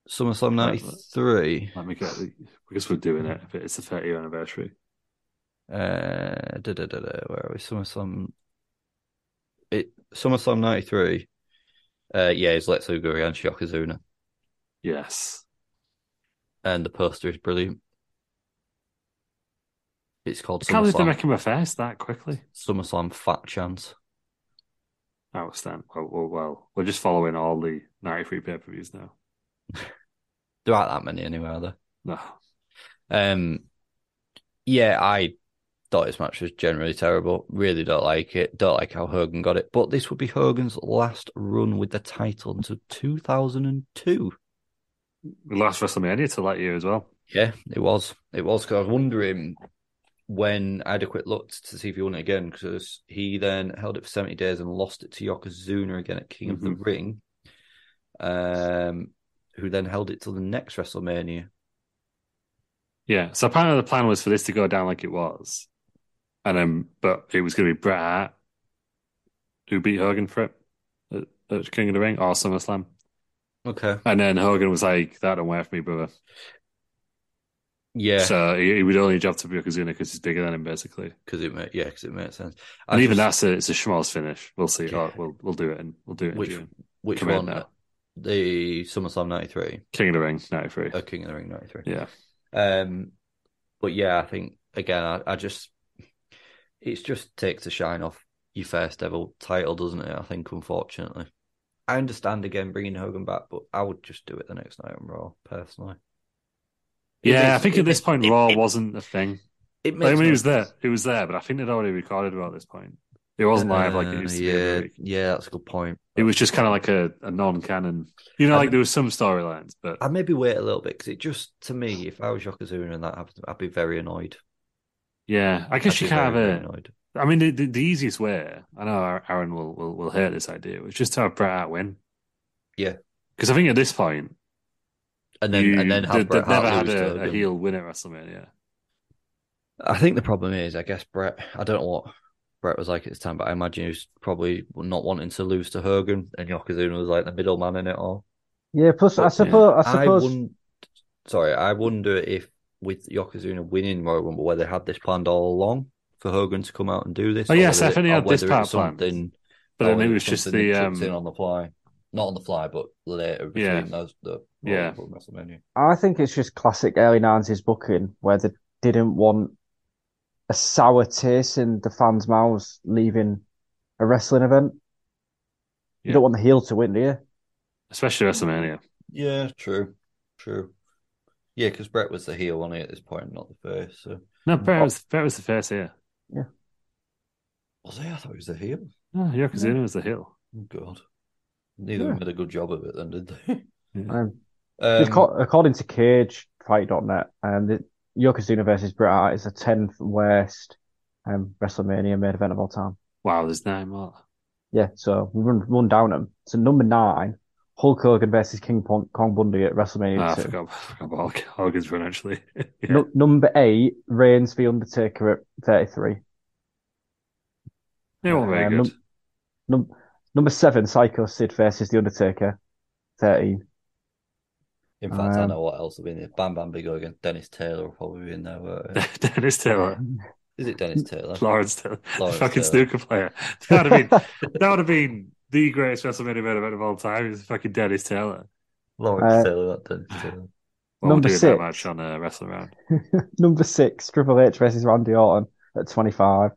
SummerSlam 93.
Let me get the, because we're doing it. But it's the 30 year anniversary.
Uh, da, da, da, da, where are we? SummerSlam. It, SummerSlam 93. Uh, yeah, it's Lex Luger against Yokozuna.
Yes.
And the poster is brilliant. It's called
I can't believe they're
SummerSlam,
making my first that quickly.
SummerSlam Fat Chance.
Outstanding. Well, well, well, we're just following all the 93 pay per views now.
There aren't that many anyway, are there?
No.
Um, yeah, I thought this match was generally terrible. Really don't like it. Don't like how Hogan got it. But this would be Hogan's last run with the title until 2002.
The last WrestleMania to that year as well.
Yeah, it was. It was because I was wondering when I had a quick look to see if he won it again because he then held it for 70 days and lost it to Yokozuna again at King of the Ring, um, who then held it till the next WrestleMania.
Yeah. So apparently the plan was for this to go down like it was. And um but it was gonna be Bret Hart who beat Hogan for it at, at King of the Ring or SummerSlam.
Okay.
And then Hogan was like, That don't work for me, brother.
Yeah.
So he, he would only job to Yokozuna because he's bigger than him basically.
Because it made, yeah, 'cause it made sense. I
And even
just-
that's a, it's a schmaltz finish. We'll see. Oh, we'll we'll do it and we'll do it. in
Which
June.
which
Come in
one?
now.
The SummerSlam '93,
King of the Ring, ninety three.
uh, King of the Ring '93.
Yeah.
Um, but yeah, I think again, I, I just it's just takes the shine off your first ever title, doesn't it? I think, unfortunately, I understand again bringing Hogan back, but I would just do it the next night on Raw personally. It
Yeah, I
makes-
think
it
at this
makes-
point
it-
Raw
it-
wasn't a thing.
It
Like, I
makes
mean,
no
it was there.
sense.
It was there, but I think they'd already recorded about this point. It wasn't live like it
Uh,
used to be every
yeah,
week.
yeah, that's a good point.
It was just kind of like a, a non-canon. You know, like there was some storylines, but
I maybe wait a little bit because it just to me, if I was Yokozuna and that happened, I'd be very annoyed.
yeah, I guess
I'd
you
be
can't have
very,
a,
very annoyed.
I mean, the, the, the easiest way, I know Aaron will, will, will hate this idea, was just to have Bret Hart win.
Yeah.
Because I think at this point,
And then- and then have
they,
Bret
have never
Hart
had
lose to
a, a
them.
heel win at WrestleMania.
I think the problem is, I guess Brett. I don't know what Brett was like at the time, but I imagine he was probably not wanting to lose to Hogan, and Yokozuna was like the middleman in it all.
Yeah, plus, I
But
suppose- I suppose-
wouldn't. Sorry, I wonder if with Yokozuna winning Royal Rumble, whether they had this planned all along for Hogan to come out and do this.
Oh,
or
yes,
whether it-
definitely
or
had this
whether
part
it's
planned.
something-
But
or
then
whether
it was
it's
just
Oh, something he
the,
chipped in
um,
on the fly, not on the fly, but later between
Yeah.
those the Royal
Yeah.
Rumble and WrestleMania.
I think it's just classic early 90s booking where they didn't want a sour taste in the fans' mouths leaving a wrestling event. You don't want the heel to win, do you?
Especially WrestleMania.
Yeah, true, true. Yeah, because Brett was the heel on it at this point, not the face. So
No, Brett
Oh,
was, Brett was the first here.
was he? I thought he was the heel.
No, Yokozuna was the heel.
Oh, God, neither of
Yeah.
them did a good job of it then, did they?
Um,
Um,
acco- according to CageFight.net, um, the Yokozuna versus Bret Hart is the 10th worst um, WrestleMania main event of all time.
Wow, there's nine more.
Yeah, so we run run down them. So number nine, Hulk Hogan versus King Pon- Kong Bundy at WrestleMania
Ah, I
2.
forgot, I forgot about Hulk- Hogan's run, actually. Yeah.
Nu- number eight, Reigns v Undertaker at 33.
They weren't Oh, very
Uh,
good.
num- num- number seven, Psycho Sid versus The Undertaker, 13.
in fact, I
um,
know what else will be in there. Bam Bam Big again. Dennis Taylor will probably be in there. won't he?
Dennis Taylor.
Is it Dennis Taylor?
Lawrence Taylor.
Lawrence
fucking
Uh, Taylor.
snooker player. That would have been that would have been the greatest WrestleMania main event of all time. Is fucking Dennis Taylor.
Lawrence
Uh,
Taylor, not Dennis Taylor.
Well,
Number
we'll do that
six.
match on uh, Wrestle Round.
number six, Triple H versus Randy Orton at 25.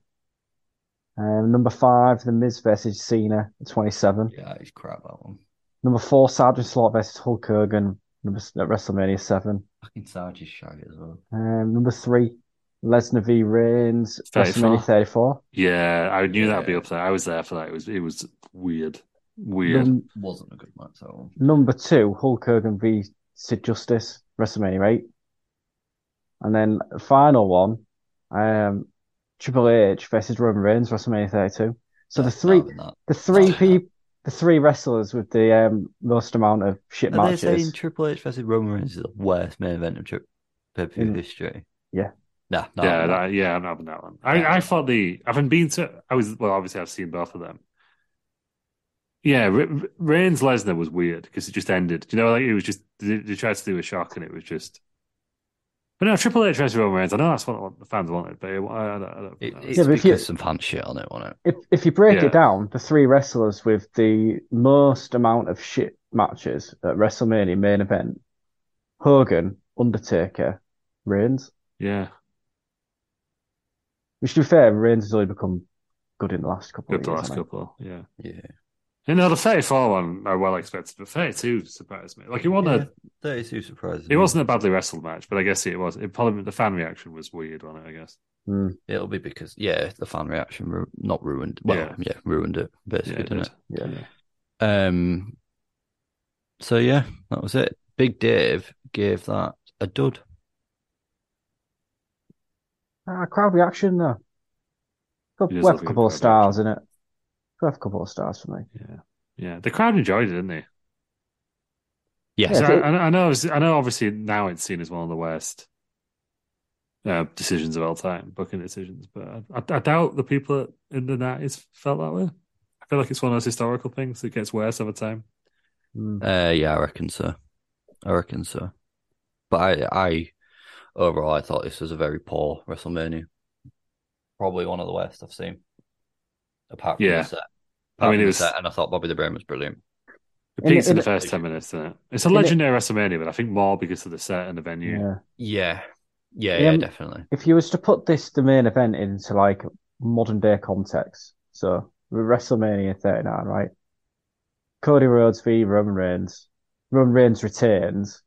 Um, number five, The Miz versus Cena at 27.
Yeah, he's crap that one.
Number four, Sergeant Slot versus Hulk Hogan number, s- at WrestleMania 7.
Fucking Sarge is shag as well.
Um, number three, Lesnar v Reigns, WrestleMania 34.
Yeah, I knew that'd be up there. I was there for that. It was it was weird, weird.
Num-
Wasn't a good match that one.
Number two, Hulk Hogan v Sid Justice, WrestleMania 8. And then final one, um, Triple H versus Roman Reigns, WrestleMania 32. So the three,
having that.
the three people, the three wrestlers with the um, most amount of shit
Are they
matches.
saying Triple H versus Roman Reigns is the worst main event of tri- pay per view
Mm.
history?
Yeah.
Nah, not
yeah,
having that.
that, yeah, I'm not having that one. I, I thought the I haven't been to. I was well, obviously I've seen both of them. Yeah, Re- Re- Reigns Lesnar was weird because it just ended. You know, like it was just they, they tried to do a shock and it was just. But no, Triple H versus Roman Reigns. I know that's what- what the fans wanted, but it, I, I don't, I don't
It,
know.
it's
Yeah, but if
because
you-
some fan shit on it, wasn't it?
If if you break
Yeah.
it down, the three wrestlers with the most amount of shit matches at WrestleMania main event: Hogan, Undertaker, Reigns.
yeah.
Which, to be fair, Reigns has only become good in the last couple
Good
of
the
years.
last
hasn't
couple, yeah.
Yeah.
You know, the 34 one I well expected, but 32 surprised me. Like, it wasn't,
Yeah,
a,
32 surprises.
it wasn't a badly wrestled match, but I guess it was. It probably, the fan reaction was weird on it, I guess.
he? Mm,
It'll be because yeah, the fan reaction ru- not ruined. Well, yeah,
Yeah.
ruined it
Yeah,
basically,
it
didn't
did.
it?
yeah.
Um. So yeah, that was it. Big Dave gave that a dud.
Ah, crowd reaction though. Could
It is
worth
like
a
a
couple of
crowd
stars in it. Could have a couple of stars for me.
Yeah. Yeah. The crowd enjoyed it, didn't they?
Yes.
So
Yeah,
I, I know, it's- I know, obviously, now it's seen as one of the worst uh, decisions of all time, booking decisions, but I, I, I doubt the people in the 90s felt that way. I feel like it's one of those historical things that gets worse over time.
Mm.
Uh, yeah, I reckon so. I reckon so. But I, I overall, I thought this was a very poor WrestleMania. Probably one of the worst I've seen. Apart from
Yeah.
the set.
I
Apart from
mean, it
the
was-
set, and I thought Bobby the Brain was brilliant.
It
In-
peaks in,
in-
the first 10 minutes, isn't it? It's a
In-
legendary WrestleMania, but I think more because of the set and the venue.
Yeah.
Yeah, yeah,
Yeah,
yeah,
um,
definitely.
If you was to put this the main event into like modern day context, so WrestleMania 39, right? Cody Rhodes v Roman Reigns. Roman Reigns retains,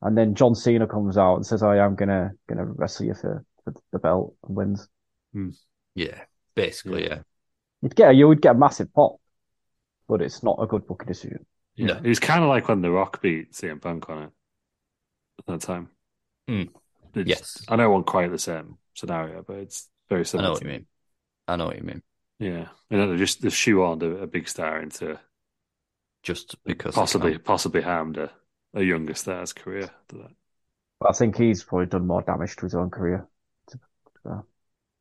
and then John Cena comes out and says, "I am gonna gonna wrestle you for, for the belt," and wins.
Yeah, basically, yeah.
You'd get a, you would get a massive pop, but it's not a good booking decision.
Yeah.
No.
It was kind of like when The Rock beat CM Punk on it at that time.
Mm.
It's-
Yes.
I know it wasn't quite the same scenario, but it's very
I
similar.
know what
to
you
it.
mean. I know what you mean.
Yeah, you know, they're just they've shoehorned a, a big star into
just because they
possibly
can.
possibly harmed a, a younger star's career. after that.
But I think he's probably done more damage to his own career.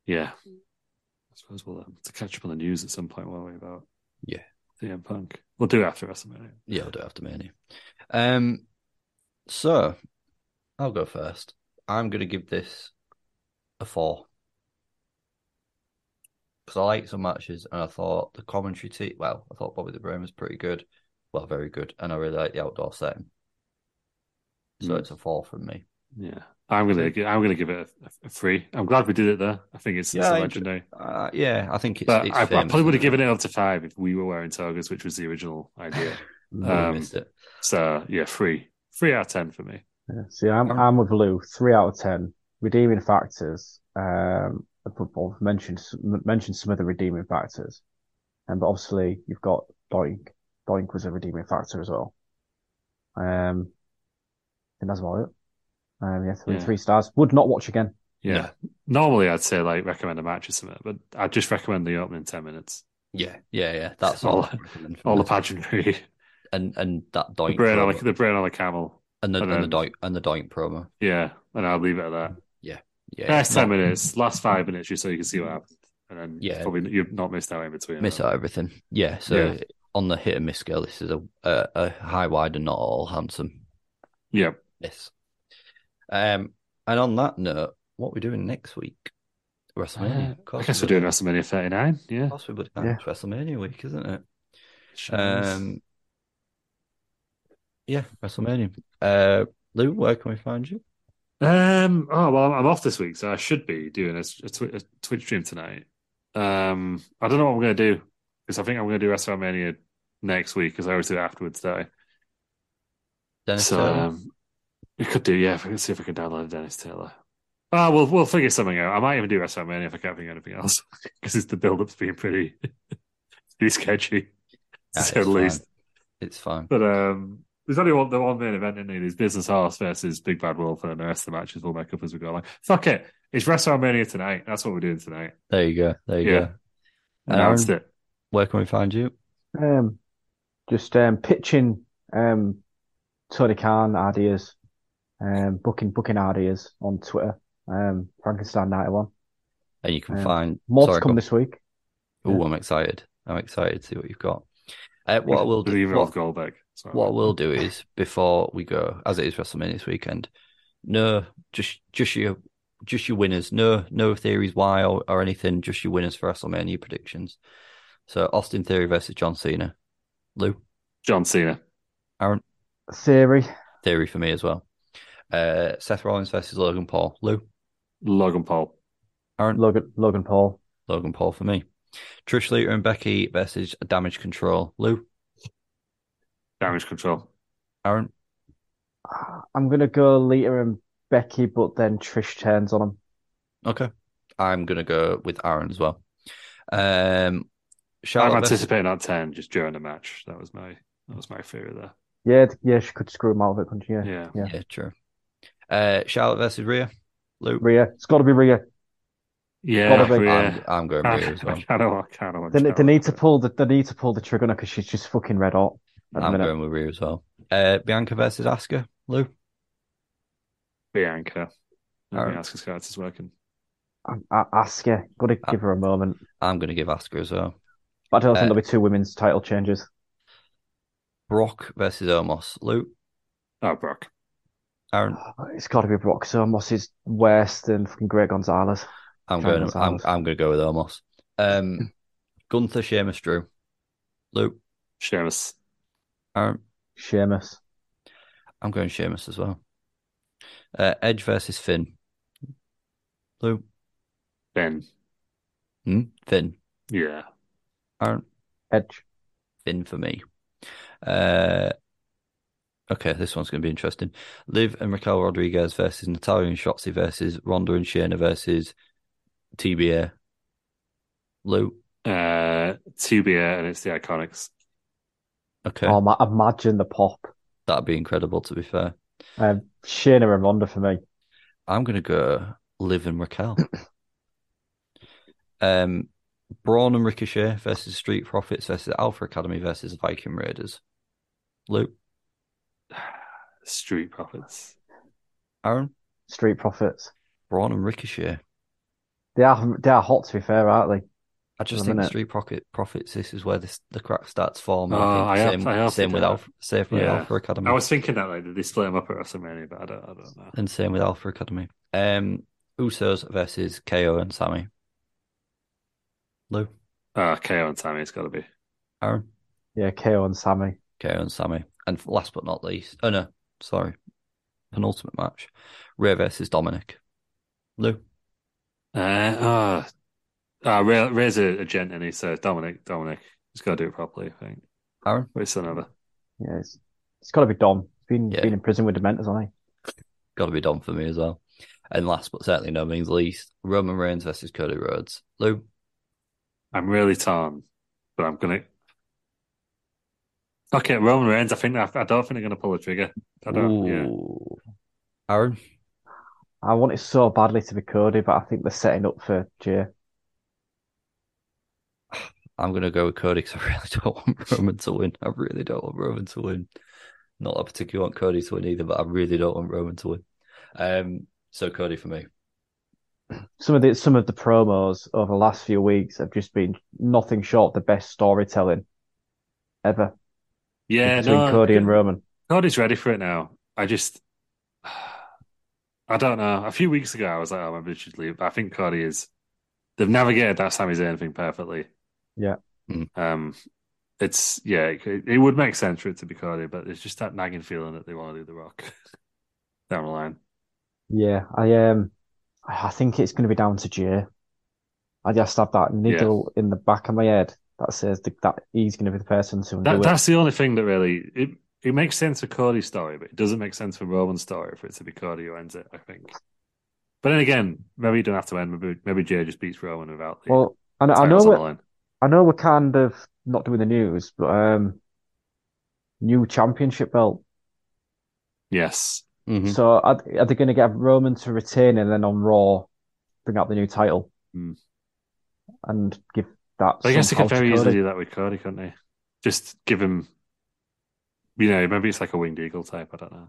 Yeah, I suppose we'll um, to catch up on the news at some point, won't we? About
Yeah.
CM Punk. We'll do it after WrestleMania.
Yeah, I'll do it after Mania. Um, so I'll go first. I'm going to give this a four because I liked some matches, and I thought the commentary team. Well, I thought Bobby the Brain was pretty good. Well, very good, and I really like the outdoor setting. So
Mm.
it's a four from me.
Yeah, I'm gonna gi- I'm gonna give it a, a three. I'm glad we did it there. I think it's,
Yeah,
it's
I-
a legendary.
Uh, yeah, I think it's.
but
it's
I, I
famous,
probably would have
isn't it?
given it up to five if we were wearing togas, which was the original idea.
Really
um,
missed it.
So yeah, three, three out of ten for me.
Yeah, see, I'm I'm with Lou. Three out of ten redeeming factors. Um, I've mentioned mentioned some of the redeeming factors, and but obviously you've got Doink. Doink was a redeeming factor as well. Um, and that's about it. Um, yeah, three,
Yeah.
three stars. Would not watch again.
Yeah. Normally, I'd say like recommend a match or something, but I just recommend the opening ten minutes.
Yeah, yeah, yeah. That's
all.
all. I recommend from
All the
this.
pageantry,
and and that
the
doink
brain on
promo.
a, the brain on a camel.
and the and,
and
the doink and the doink promo.
Yeah, and I'll leave it at that.
Yeah, yeah.
First
yeah.
ten minutes, last five minutes, just so you can see what happened, and then
Yeah.
probably you've not missed out in between.
miss out everything. Yeah. So
Yeah.
on the hit and miss scale, this is a a, a high wide and not all handsome
Yeah,
miss. Um, and on that note, what we doing next week? WrestleMania. of
Uh, I
course
guess
we
we're doing WrestleMania 39. Yeah,
Of course we would. That's
Yeah.
WrestleMania week, isn't it?
Sure is.
Um, yeah, WrestleMania. Uh, Lou, where can we find you?
Um. Oh well, I'm off this week, so I should be doing a, a, twi- a Twitch stream tonight. Um. I don't know what I'm going to do because I think I'm going to do WrestleMania next week because I always do it afterwards, don't I?
Dennis
So
Taylor?
um, we could do. Yeah, if I can see if I can download Dennis Taylor. Ah, we'll we'll figure something out. I might even do WrestleMania if I can't think of anything else because it's the build up's been pretty pretty sketchy.
Nah,
To
it's
say the
fine.
least.
It's fine.
But um, there's only one the one main event in it is Business Horse versus Big Bad Wolf, and then the rest of the matches we'll make up as we go along. Fuck it, it's WrestleMania tonight. That's what we're doing tonight.
There you go. There you
Yeah.
go. And Aaron,
Announced it.
where can we find you?
Um, just um pitching um Tony Khan ideas, um booking booking ideas on Twitter. Um, Frankenstein ninety one.
And you can
Uh,
Um,
find
More to
sorry,
come
go-
this week.
Oh, I'm excited. I'm excited to see what you've got. Uh, what I will do,
Leave it
what-
off Goldberg. Sorry.
what I will do is before we go, as it is WrestleMania this weekend, no, just just your just your winners. No, no theories why or, or anything. Just your winners for WrestleMania predictions. So Austin Theory versus John Cena. Lou
John Cena.
Theory.
Theory for me as well. Uh, Seth Rollins versus Logan Paul. Lou
Logan Paul.
Logan Logan Paul.
Logan Paul for me. Trish Lita and Becky versus Damage Control. Lou
Damage control.
Aaron
I'm gonna go Lita and Becky, but then Trish turns on him.
Okay. I'm gonna go with Aaron as well. Um
I'm
Charlotte versus,
anticipating that ten just during the match. That was my that was my theory there.
Yeah, th- yeah, she could screw him out of it, couldn't she? Yeah,
Yeah.
yeah.
Yeah, true. Uh Charlotte versus Rhea. Luke.
Rhea, it's got to be Rhea.
Yeah,
Goldberg.
yeah.
I'm, I'm going Rhea as
I
well.
kind of, I kind of want.
They, they
Charlotte,
need to
but-
pull the they need to pull the trigger because she's just fucking red hot. At the
I'm
minute.
going with Rhea as well. Uh Bianca versus Asuka. Lou.
Bianca. I
Alright.
think Asuka's cards is working.
I'm- I, ask you, got to give her a moment.
I'm gonna give Asuka as well.
But I don't
uh,
think there'll be two women's title changes.
Brock versus Omos. Lou.
Oh, Brock.
Aaron.
It's got to be Brock Somos is worse than fucking Greg Gonzalez.
I'm
John
going I'm,
Gonzalez.
I'm gonna go with Omos. Um Gunther Sheamus Drew. Lou.
Sheamus.
Aaron.
Sheamus,
I'm going Sheamus as well. Uh, Edge versus Finn. Lou.
Ben.
Hmm? Finn.
Yeah.
Aaron.
Edge,
Finn for me. Uh, okay, this one's going to be interesting. Liv and Raquel Rodriguez versus Natalia and Shotzi versus Ronda and Shayna versus TBA. Lou.
Uh, two beer, and it's the Iconics.
Okay,
Oh, ma- imagine the pop.
that'd be incredible. To be fair,
Um, Shayna and Ronda for me.
I'm going to go Liv and Raquel. um,
Braun and Ricochet versus Street Profits versus Alpha Academy versus Viking Raiders. Luke,
Street Profits.
Aaron,
Street Profits.
Braun and Ricochet.
They are they are hot to be fair, aren't they?
I just
At the
think
minute.
Street Profit Profits. This is where this, the crack starts forming.
Oh,
I
I
think.
have,
same
I have
same
to
with
do
Alpha,
that.
same with
Yeah.
Alpha Academy.
I was thinking that like they display them up at WrestleMania, but I don't, I don't know.
and same with Alpha Academy. Um, Usos versus KO and Sammy. Lou,
Uh, KO and Sammy, it's got to be.
Aaron,
Yeah, KO and Sammy.
KO and Sammy. And last but not least, oh no, sorry, penultimate match, Ray versus Dominic. Lou,
Uh, uh, uh Ray, Ray's a, a gent, and he's uh, Dominic. Dominic, he's got to do it properly, I think.
Aaron,
but it's another.
Yeah, it's, it's got to be Dom. He's been been in prison with dementors, hasn't
got to be done for me as well. And last but certainly no means least, Roman Reigns versus Cody Rhodes. Lou,
I'm really torn, but I'm gonna. Okay, Roman Reigns. I think I, I don't think they're gonna pull the trigger. I don't.
Yeah. Aaron,
he? I want it so badly to be Cody, but I think they're setting up for Jay.
I'm going to go with Cody because I really don't want Roman to win. I really don't want Roman to win. Not that I particularly want Cody to win either, but I really don't want Roman to win. Um, so Cody for me.
Some of the some of the promos over the last few weeks have just been nothing short of the best storytelling ever
Yeah,
between
no,
Cody and Roman.
Cody's ready for it now. I just, I don't know. A few weeks ago, I was like, oh, maybe we should leave. But I think Cody is. They've navigated that Sami Zayn thing perfectly.
Yeah.
Um, it's yeah, it, could- it would make sense for it to be Cody, but it's just that nagging feeling that they want to do the Rock down the line.
Yeah, I um, I I think it's going to be down to Jay. I just have that niggle in the back of my head that says th- that he's going to be the person to
That,
do
that's
it.
the only thing that really it it makes sense for Cody's story, but it doesn't make sense for Roman's story for it to be Cody who ends it. I think. But then again, maybe you don't have to end. Maybe maybe Jay just beats Roman without. the
Well, I know, I know
titles on the
we're,
line.
I know we're kind of not doing the news, but um, new championship belt.
Yes.
So are, are they going to get Roman to retain and then on Raw bring out the new title
Mm.
and give that
I guess he
somehow
could
to
very easily
Cody?
do that with Cody, couldn't he? Just give him, you know, maybe it's like a winged eagle type. I don't know.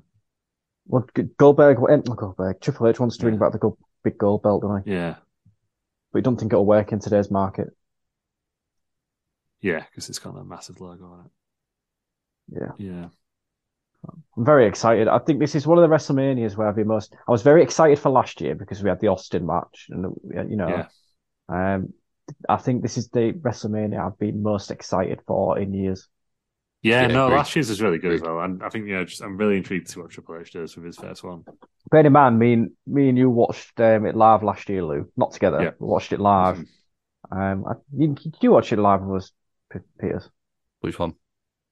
Well, G- Goldberg, eh, not Goldberg, Triple H wants to bring back the gold, big gold belt, don't he?
Yeah,
But you don't think it'll work in today's market.
yeah, because it's got that massive logo on
Yeah.
it. Yeah.
I'm very excited. I think this is one of the WrestleManias where I've been most. I was very excited for last year because we had the Austin match, and uh, you know,
Yeah.
um, I think this is the WrestleMania I've been most excited for in years.
Yeah,
Yeah,
no,
agreed.
last year's was really good as well, and I think you know, just I'm really intrigued to see what Triple H does with his first one.
Bear in mind, me and me and you watched um, it live last year, Lou. Not together,
Yeah. Mm-hmm.
we watched it live. Um, I, you, you watched it live with us, P- Peters,
Which one?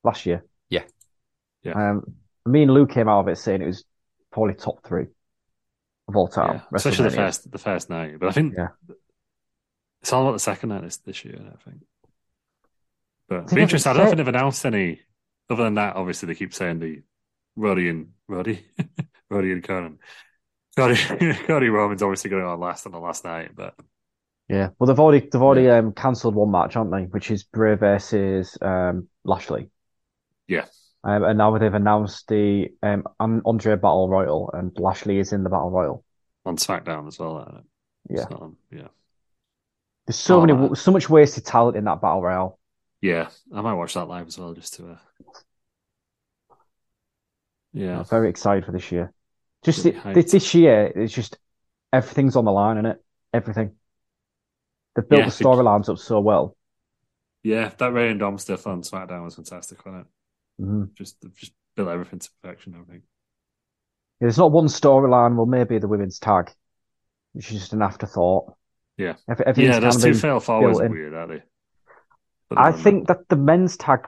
last year.
Yeah.
Yeah.
Um, me and Lou came out of it saying it was probably top three of all time.
Especially the
WrestleManias.
first, the first night, but I think
Yeah.
it's all about the second night this this year. I think. But
They
be interesting. I don't
haven't
think they've announced any. Other than that, obviously they keep saying the Roddy and Roddy, Roddy and Conan. Cody, Cody Roman's obviously going on last on the last night, but
Yeah, well, they've already they've already um, cancelled one match, aren't they? Which is Bray versus um, Lashley,
yeah,
um, and now they've announced the um, An- Andre Battle Royal, and Lashley is in the Battle Royal.
on SmackDown as well. isn't it?
Yeah,
It's not on- yeah,
there's so
Oh,
many, so much wasted talent in that Battle Royal.
yeah. I might watch that live as well, just to. Uh, yeah,
I'm very excited for this year. Just
Really
thi-
hyped.
this, this year, it's just everything's on the line, isn't it? Everything. They've built
Yeah,
the
it-
storylines up so well.
yeah. That Ray and Dom stuff on SmackDown was fantastic, wasn't it?
Mhm.
Just, just built everything to perfection. I think.
There's not one storyline. Well, maybe the women's tag, which is just an afterthought.
Yeah,
Ev- everything's
yeah. Those
kind of
two
been
fail forwards
built
are
in.
weird, are they? But uh,
I
they're not.
think that the men's tag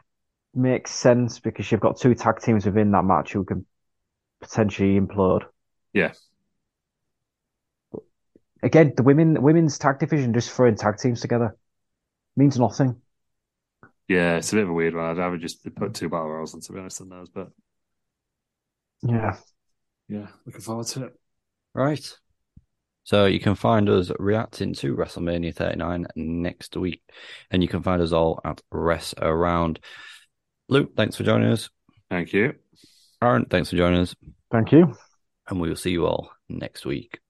makes sense because you've got two tag teams within that match who can potentially implode.
Yeah,
Again, the women women's tag division just throwing tag teams together means nothing.
yeah. It's a bit of a weird one. I'd rather just put two battle royals on to be honest than those. But
Yeah.
yeah, looking forward to it.
Right.
So you can find us reacting to WrestleMania 39 next week, and you can find us all at Rest Around. Luke, thanks for joining us.
Thank you.
Aaron, thanks for joining us.
Thank you.
And we will see you all next week.